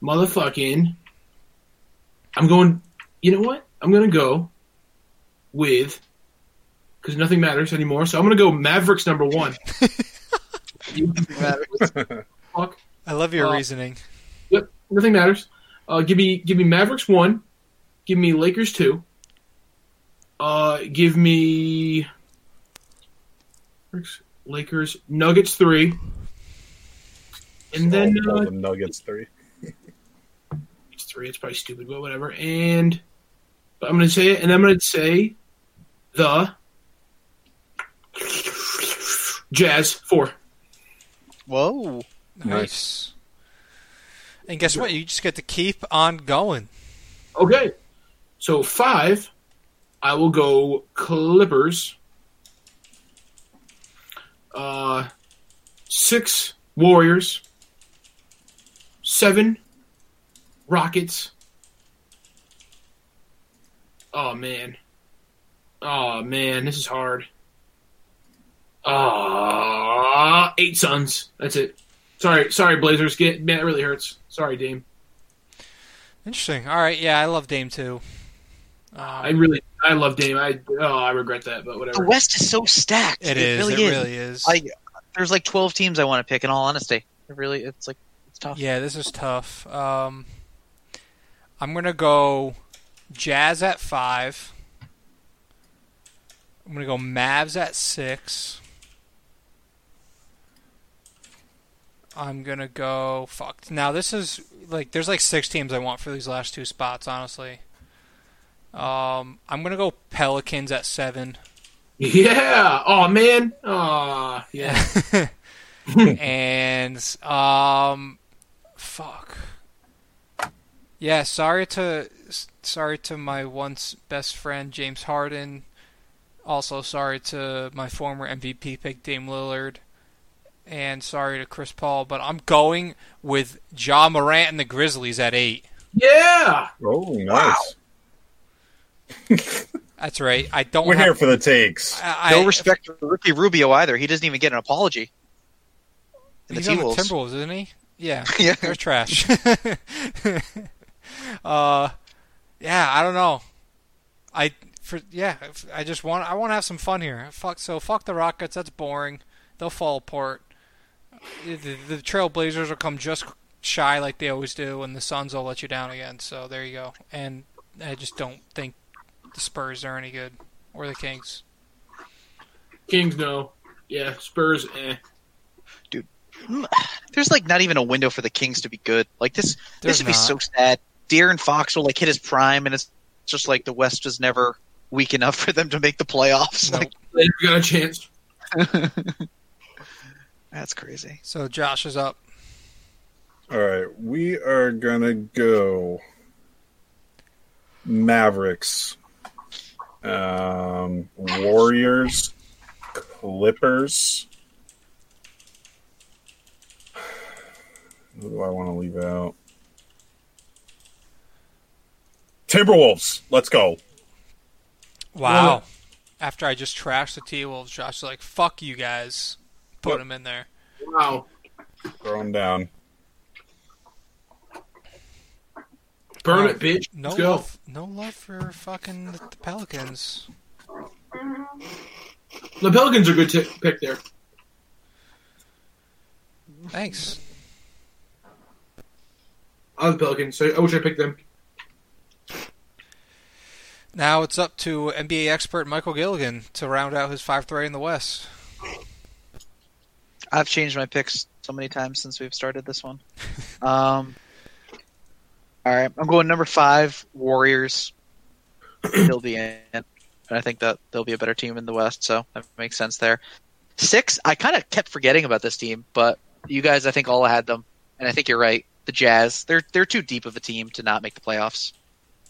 E: motherfucking. I'm going. You know what? I'm going to go with because nothing matters anymore. So I'm going to go Mavericks number one. Fuck.
D: I love your
E: Oh.
D: reasoning.
E: Yep, nothing matters. Uh, give me give me Mavericks one, give me Lakers two. Uh, give me Mavericks, Lakers Nuggets three, and then
G: I'll
E: uh,
G: call the Nuggets three.
E: it's three. It's probably stupid, but whatever. And but I'm gonna say it, and I'm gonna say the Jazz four.
F: Whoa.
D: Nice. And guess what? You just get to keep on going.
E: Okay. So five, I will go Clippers. Uh, six Warriors. Seven Rockets. Oh man. Oh man, this is hard. Ah, eight Suns. That's it. Sorry, sorry, Blazers. Get man, it really hurts. Sorry, Dame.
D: Interesting. All right. Yeah, I love Dame too.
E: I really, I love Dame. I oh, I regret that, but
F: The (laughs)
E: whatever.
F: West is so stacked.
D: It is.
F: Really
D: it
F: is.
D: really is.
F: I there's like 12 teams I want to pick. In all honesty, it really it's like it's tough.
D: Yeah, this is tough. Um, I'm gonna go Jazz at five, I'm gonna go Mavs at six. I'm gonna go fucked. Now this is like there's like six teams I want for these last two spots, honestly. Um, I'm gonna go Pelicans at seven.
E: Yeah. Oh man. Oh yeah.
D: (laughs) and um, fuck. Yeah, sorry to sorry to my once best friend James Harden. Also sorry to my former MVP pick Dame Lillard, and sorry to Chris Paul. But I'm going with Ja Morant and the Grizzlies at eight.
E: Yeah.
G: Oh, nice.
D: That's right. I don't.
G: We're
D: have,
G: here for the takes.
D: I,
F: no
D: I-
F: respect for Ricky Rubio either. He doesn't even get an apology. And the
D: He's on the
F: T-Wolves.
D: Timberwolves, isn't he?
F: (laughs)
D: Yeah.
F: yeah.
D: They're
F: (laughs)
D: trash. (laughs) uh, yeah, I don't know. I for yeah, if- I just want I want to have some fun here. Fuck so fuck the Rockets. That's boring. They'll fall apart. The, the, the Trailblazers will come just shy like they always do, and the Suns will let you down again. So there you go. And I just don't think the Spurs are any good or the Kings.
E: Kings no. Yeah. Spurs. Eh.
F: There's like not even a window for the Kings to be good. Like this,
D: There's
F: this would
D: not.
F: be so sad. De'Aaron Fox will like hit his prime, and it's just like the West was never weak enough for them to make the playoffs.
D: Nope.
F: Like
E: They never got a chance.
F: that's crazy.
D: So Josh is up.
G: All right, we are gonna go Mavericks, um, Warriors, Clippers. Who do I want to leave out? Timberwolves. Let's go.
D: Wow.
E: Well-
D: After I just trashed the T Wolves, Josh was like, fuck you guys. Put them in there.
E: Wow.
G: Throw them down.
E: Burn it, bitch.
D: No
E: Let's go.
D: love, no love for fucking the Pelicans.
E: The Pelicans are a good t- pick there.
D: Thanks.
E: I love the Pelicans. So I wish I picked them.
D: Now it's up to NBA expert Michael Gilligan to round out his five three in the West.
F: I've changed my picks so many times since we've started this one. (laughs) Um, all right, I'm going number five, Warriors. Till the end, and I think that they'll be a better team in the West, so that makes sense there. Six, I kind of kept forgetting about this team, but you guys, I think all had them, and I think you're right. The Jazz, they're they're too deep of a team to not make the playoffs.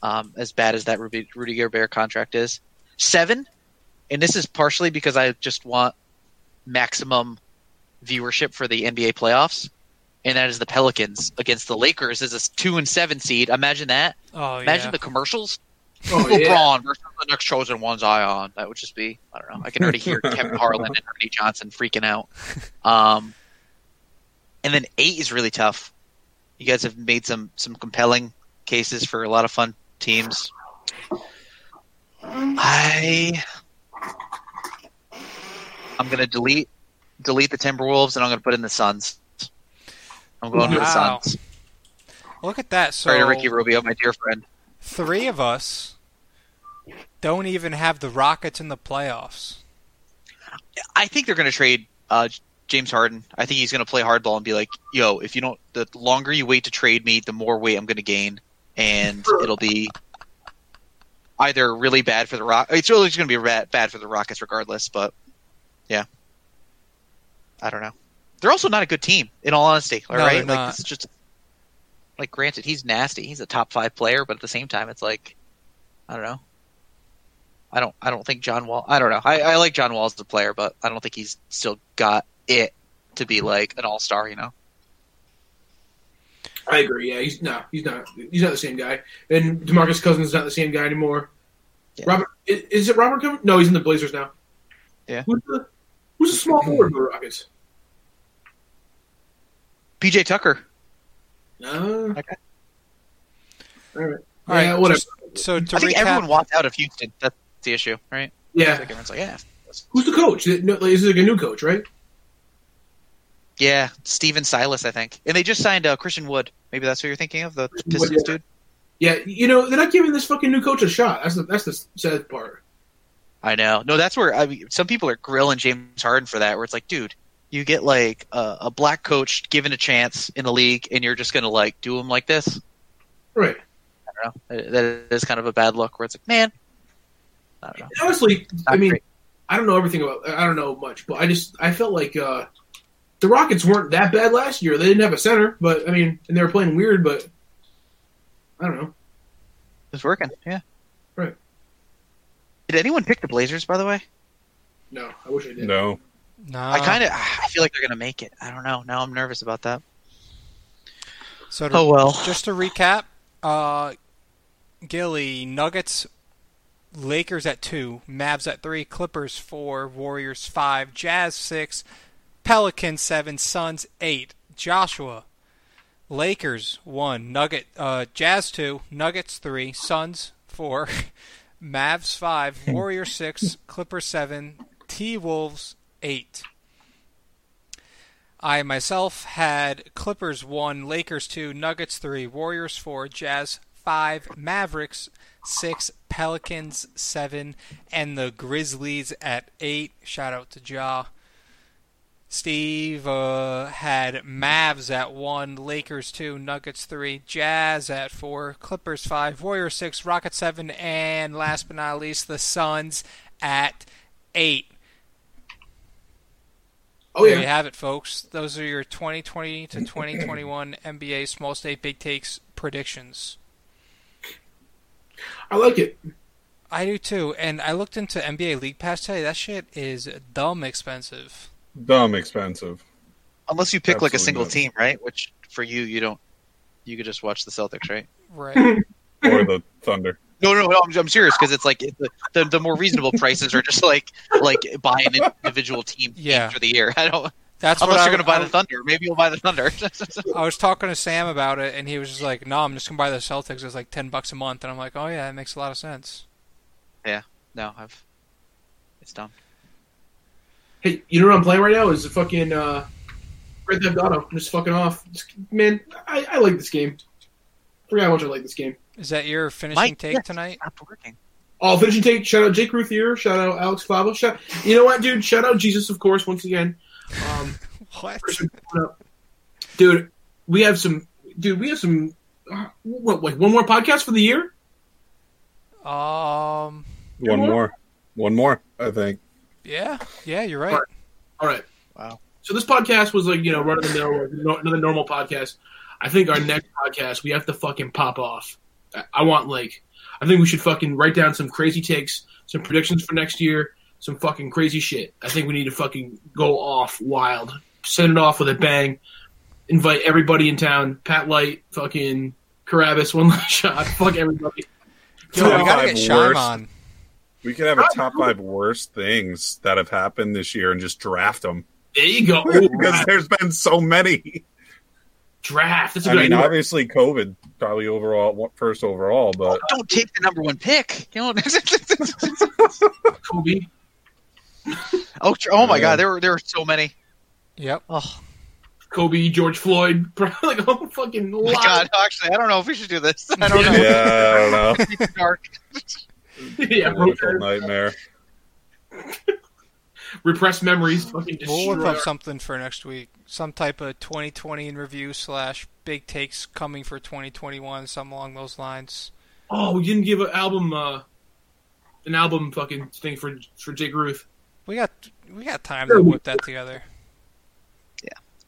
F: Um, as bad as that Rudy, Rudy Gobert contract is, seven, and this is partially because I just want maximum viewership for the NBA playoffs, and that is the Pelicans against the Lakers as a two and seven seed. Imagine that.
D: Oh
F: Imagine
D: yeah.
F: the commercials. (laughs)
E: Oh yeah.
F: LeBron versus the next chosen one's Zion. That would just be I don't know. I can already
D: (laughs)
F: hear Kevin Harlan and Ernie Johnson freaking out. Um, and then eight is really tough. You guys have made some some compelling cases for a lot of fun teams. I I'm gonna delete delete the Timberwolves and I'm gonna put in the Suns. I'm going to the
D: Wow.
F: Suns.
D: Look at that. So
F: Sorry to Ricky Rubio, my dear friend.
D: three of us don't even have the Rockets in the playoffs.
F: I think they're going to trade uh, James Harden. I think he's going to play hardball and be like, "Yo, if you don't, the longer you wait to trade me, the more weight I'm going to gain, and it'll be either really bad for the Rock. It's really going to be ra- bad for the Rockets, regardless. But yeah, I don't know. They're also not a good team, in all honesty. All
D: No,
F: right,
D: they're
F: like
D: not.
F: this is just like granted, he's nasty. He's a top five player, but at the same time, it's like I don't know. I don't. I don't think John Wall. I don't know. I, I like John Wall as a player, but I don't think he's still got it to be like an all star. You know.
E: I agree. Yeah. He's no. He's not. He's not the same guy. And Demarcus Cousins is not the same guy anymore.
F: Yeah.
E: Robert is, is it Robert? Covington? No, he's in the Blazers now.
F: Yeah.
E: Who's the Who's the small forward for the Rockets?
F: PJ Tucker.
E: No.
F: Okay.
E: Uh, All right.
D: All right,
E: yeah, whatever.
D: So to
F: I think
D: recap,
F: everyone wants out of Houston. That's the issue, right? It's
E: yeah.
F: Like everyone's like, yeah,
E: Who's the coach? No, like, This is like a new coach, right?
F: yeah. Steven Silas, I think, and they just signed uh, Christian Wood. Maybe that's what you're thinking of, the
E: Christian Wood,
F: Pistons
E: yeah.
F: dude.
E: Yeah. You know, they're not giving this fucking new coach a shot. That's the that's the sad part.
F: I know. No, that's where I mean, some people are grilling James Harden for that. Where it's like, dude, you get like a, a black coach given a chance in the league, and you're just gonna like do him like this.
E: Right.
F: I don't know. That- That is kind of a bad look. Where it's like, man, I don't know.
E: And honestly, I
F: Not
E: mean,
F: great.
E: I don't know everything about. I don't know much, but I just I felt like uh, the Rockets weren't that bad last year. They didn't have a center, but I mean, and they were playing weird, but I don't know.
F: It's working. Yeah.
E: Right.
F: Did anyone pick the Blazers? By the way,
E: No, I wish I did.
G: No.
D: Nah.
F: I kind of I feel like they're gonna make it. I don't know. Now I'm nervous about that.
D: So to,
F: Oh well.
D: Just to recap, uh, Gilly Nuggets, Lakers at two, Mavs at three, Clippers four, Warriors five, Jazz six, Pelicans seven, Suns eight, Joshua, Lakers one, Nugget, uh, Jazz two, Nuggets three, Suns four, (laughs) Mavs five, Warriors six, Clippers seven, T Wolves eight. I myself had Clippers 1, Lakers 2, Nuggets 3, Warriors 4, Jazz 5, Mavericks 6, Pelicans 7, and the Grizzlies at 8. Shout out to Ja. Steve uh, had Mavs at 1, Lakers 2, Nuggets 3, Jazz at 4, Clippers 5, Warriors 6, Rockets 7, and last but not least, the Suns at 8.
E: Oh
D: There you
E: yeah,
D: have it, folks. Those are your 2020 to 2021 NBA Small State Big Takes predictions.
E: I like it.
D: I do too, and I looked into NBA League Pass today. That shit is dumb expensive.
G: Dumb expensive.
F: Unless you pick like a
G: Absolutely
F: single
G: not.
F: team, right? Which for you, you don't. You could just watch the Celtics, right?
D: Right.
G: Or the Thunder.
F: No, no, no I'm, I'm serious because it's like it, the, the the more reasonable prices are just like like buy an individual team
D: Yeah.
F: for the year. I don't
D: That's what
F: unless
D: I-
F: you're going to buy
D: I-
F: the Thunder. Maybe you'll buy the Thunder. (laughs)
D: I was talking to Sam about it, and he was just like, "No, I'm just gonna buy the Celtics. It's like ten bucks a month." And I'm like, "Oh yeah, that makes a lot of sense."
F: no, I've it's dumb.
E: Hey, you know what I'm playing right now is the fucking uh, Grand Theft Auto. I'm just fucking off. Just- man, I, I like this game. I forgot how much I like this game.
D: Is that your finishing
F: Mike,
D: take
F: yes,
D: tonight?
F: Stop working.
E: Oh, finishing take. Shout out Jake Ruthier. Shout out Alex Flavo. Shout. You know what, dude? Shout out Jesus, of course, once again. Um,
D: What?
E: dude we have some dude we have some uh, what wait one more podcast for the year
D: Um.
G: One
E: more?
G: more. One more, I think.
D: Yeah. Yeah. You're right.
E: all right
F: Wow.
E: so this podcast was like you know run of the mill no- another normal podcast i think our next podcast we have to fucking pop off I, I want like i think we should fucking write down some crazy takes some predictions for next year some fucking crazy shit i think we need to fucking go off wild send it off with a bang invite everybody in town pat light fucking carabas one last shot fuck everybody
D: Yo, we
G: Top
D: gotta
G: five
D: get
G: worst.
D: Shyman.
G: We could have a top five worst things that have happened this year and just draft them
E: There you go. Ooh,
G: (laughs) because there's been so many.
E: draft. That's a
G: I
E: good
G: mean,
E: idea.
G: obviously, COVID probably overall first overall, but
F: Don't take the number one pick. You know. (laughs)
E: Kobe.
F: oh, tr- oh my
G: Yeah.
F: God, there were there were so many.
D: Yep.
F: Oh
E: Kobe, George Floyd, (laughs) like a whole fucking
F: Oh my
E: lot.
F: God. (laughs) Actually, I don't know if we should do this. (laughs) (laughs) I don't know.
G: yeah, I don't know.
F: It's dark.
E: (laughs) yeah,
G: Political
E: repressed,
G: nightmare.
E: repressed memories. Fucking
D: We'll
E: destroy.
D: whip up something for next week. Some type of 2020 in review slash big takes coming for 2021, something along those lines.
E: oh, we didn't give an album, uh, an album fucking thing for for Jake Ruth.
D: We got we got time to whip that together.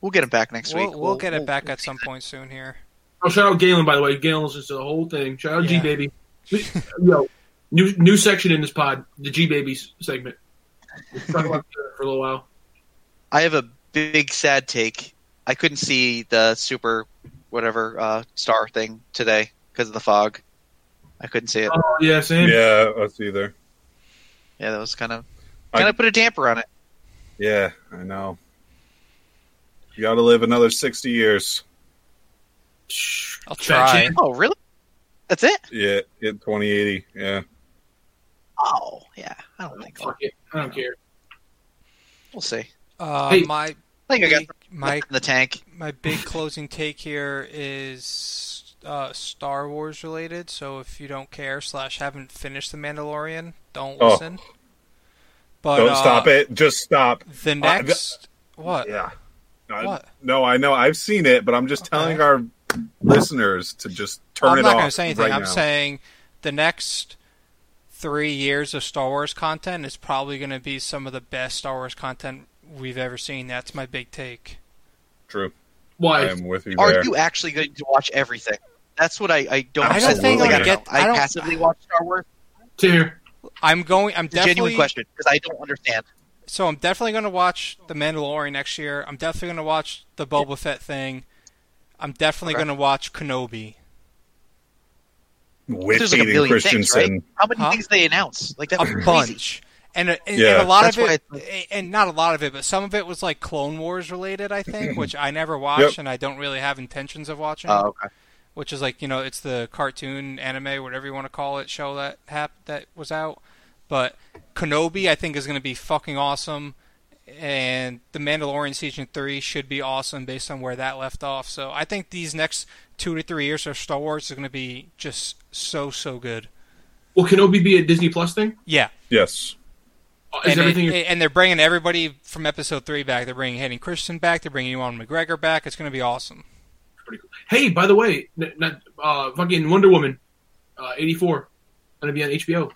F: We'll get him back next
D: We'll,
F: week.
D: we'll, get it back at some point soon here.
E: Oh, shout out Galen by the way. Galen's just the whole thing. Shout out G
D: Yeah. (laughs)
E: Baby. Yo, new new section in this pod, the G Babies segment. We'll talk about that for a little while.
F: I have a big sad take. I couldn't see the super whatever uh, star thing today because of the fog. I couldn't see it.
E: Oh yeah, same.
G: Yeah, us either.
F: Yeah, that was kind of
G: I-
F: kind of put a damper on it.
G: Yeah, I know. You got to live another sixty years.
D: I'll
E: Fat
D: try.
E: Chan.
F: Oh, really? That's it?
G: Yeah, in twenty eighty. Yeah,
F: Oh, yeah. I don't think so.
E: Fuck it. I don't care.
F: We'll see.
D: Uh,
E: Hey.
D: My
F: I think I got
D: big, my
F: in the tank.
D: my big closing take here is uh, Star Wars related. So if you don't care slash haven't finished The Mandalorian, don't
G: Oh.
D: listen. But
G: Don't
D: uh,
G: stop it. Just stop.
D: The next what?
G: Yeah. No,
D: What?
G: no, I know. I've seen it, but I'm just telling our listeners to just turn
D: I'm
G: it
D: not
G: off.
D: gonna say anything.
G: right
D: I'm
G: now.
D: saying the next three years of Star Wars content is probably going to be some of the best Star Wars content we've ever seen. That's my big take.
G: true. I
E: Why?
G: am with you
F: Are
G: there.
F: you actually going to watch everything? That's what I, I don't.
G: I don't think
F: like,
G: I'll
F: I,
D: get-
F: don't know. I
D: I don't-
F: passively watch Star Wars.
E: Same here.
D: I'm going. I'm
F: It's a
D: definitely
F: genuine question because I don't understand.
D: So I'm definitely going to watch The Mandalorian next year. I'm definitely going to watch the Boba Fett thing. I'm definitely
F: Okay.
D: going to watch Kenobi.
G: with
F: There's like a
G: Hayden
F: billion things,
G: Christensen.
F: right? How many
D: Huh?
F: things they announce? Like that's
D: A
F: crazy.
D: bunch. And a, and,
G: Yeah.
D: and a lot
F: That's
D: of it,
F: why
D: and not a lot of it, but some of it was like Clone Wars related, I think, which I never watched and I don't really have intentions of watching.
F: Oh, okay.
D: which is like you know it's the cartoon anime whatever you want to call it show that hap- that was out but kenobi i think is going to be fucking awesome and the mandalorian season 3 should be awesome based on where that left off so i think these next two to three years of star wars is going to be just so so good
E: Well, Kenobi be a Disney Plus thing?
D: yeah
G: Yes.
E: Uh, Is
D: and,
E: everything?
D: it- and they're bringing everybody from episode 3 back they're bringing hayden christensen back they're bringing ewan mcgregor back it's going to be awesome
E: hey, by the way, n- not, uh, fucking Wonder Woman, uh, eighty four, gonna be on HBO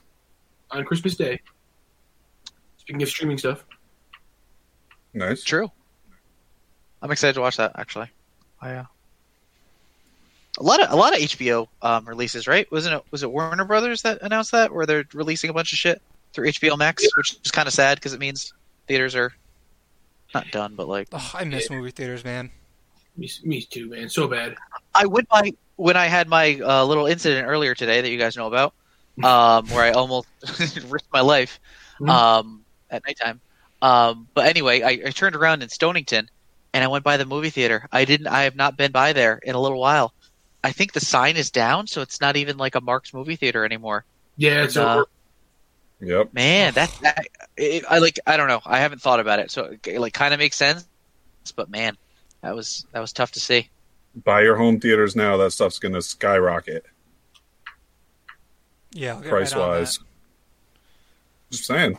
E: on Christmas Day. Speaking of streaming stuff,
G: Nice.
F: True. I'm excited to watch that actually.
D: Oh,
F: I, uh, a lot of a lot of HBO um, releases, right? Wasn't it was it Warner Brothers that announced that where they're releasing a bunch of shit through HBO Max, which is kind of sad because it means theaters are not done, but like
D: Ugh, i miss movie theaters man
E: me, me too, man. So bad.
F: I would buy when I had my uh, little incident earlier today that you guys know about, um, where I almost (laughs) risked my life
E: Mhm.
F: um, at nighttime. Um, but anyway, I, I turned around in Stonington and I went by the movie theater. I didn't. I have not been by there in a little while. I think the sign is down, so it's not even like a Mark's movie theater anymore.
E: Yeah, it's
F: Nah.
E: over.
G: Yep.
F: Man, (sighs) that, that it, I like. I don't know. I haven't thought about it, so it, like kind of makes sense. But man, that was that was tough to see.
G: Buy your home theaters now. That stuff's going to skyrocket
D: yeah I'll get right
G: price
D: on
G: wise.
D: that.
G: Just saying.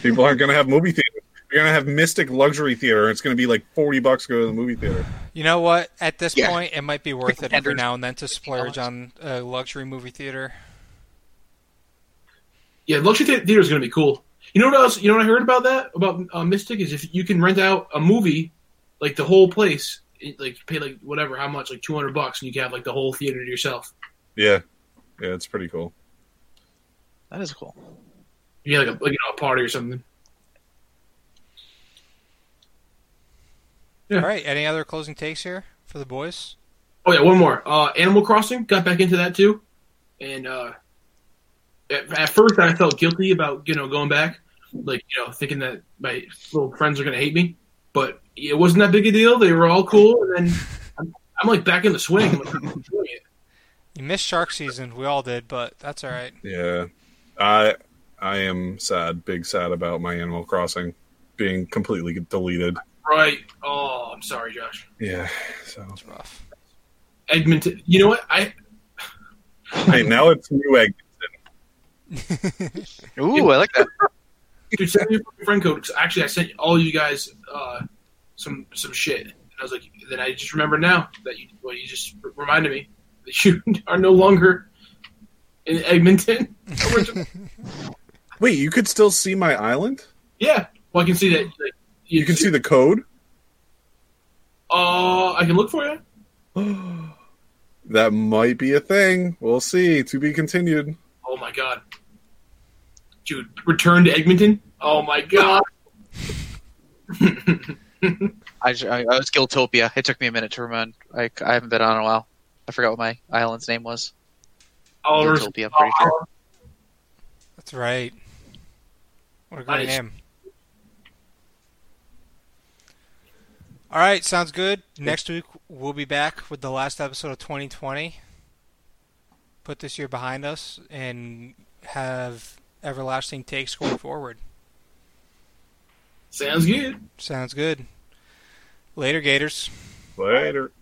G: People aren't going to have movie theaters. You're going to have Mystic Luxury Theater. and It's going to be like 40 bucks to go to the movie theater.
D: You know what? At this
F: Yeah.
D: point, it might be worth it every
F: Contenders.
D: now and then to splurge
F: $15.
D: on a luxury movie theater.
E: Yeah, luxury the- theater is gonna be cool. You know what else? You know what I heard about that about uh, Mystic is if you can rent out a movie, like the whole place, it, like pay like whatever how much like two hundred bucks, and you can have like the whole theater to yourself.
G: Yeah. Yeah, it's pretty cool.
F: That is cool.
E: You have like a like, you know a party or something. Yeah.
D: All right. Any other closing takes here for the boys?
E: Oh yeah, one more. Uh, Animal Crossing got back into that too, and uh, at, at first I felt guilty about you know going back, like you know thinking that my little friends are gonna hate me, but it wasn't that big a deal. They were all cool, and then I'm, I'm like back in the swing. I'm, like, I'm enjoying it.
D: You missed shark season. We all did, but that's all right.
G: Yeah. I I am sad, big sad about my Animal Crossing being completely deleted.
E: Right? Oh, I'm sorry, Josh.
G: Yeah. So
D: It's rough.
E: Edmonton. You know what? I
G: hey, now it's new egg.
F: Ooh, I like that.
E: dude send me your fucking friend code. 'cause actually, I sent all you guys uh, some some shit, and I was like, then I just remember now that you well, you just r- reminded me that you (laughs) are no longer in
G: (laughs)
E: Edmonton.
G: Wait, you could still see my island?
E: yeah, well, I can see that. Like,
G: You can see the code?
E: Uh, I can look for you.
G: That might be a thing. We'll see. To be continued.
E: Oh my god, dude, return to Edmonton. Oh my
F: (laughs)
E: god.
F: I, ju- I, I was Guiltopia. It took me a minute to remember. Like I haven't been on in a while. I forgot what my island's name was.
E: Oliver's,
F: Guiltopia, I'm pretty sure.
D: That's right. What a great
E: Nice.
D: name. All right. Sounds good. Next week, we'll be back with the last episode of 2020. Put this year behind us and have everlasting takes going forward.
E: sounds good.
D: Sounds good. Later, Gators.
G: Later.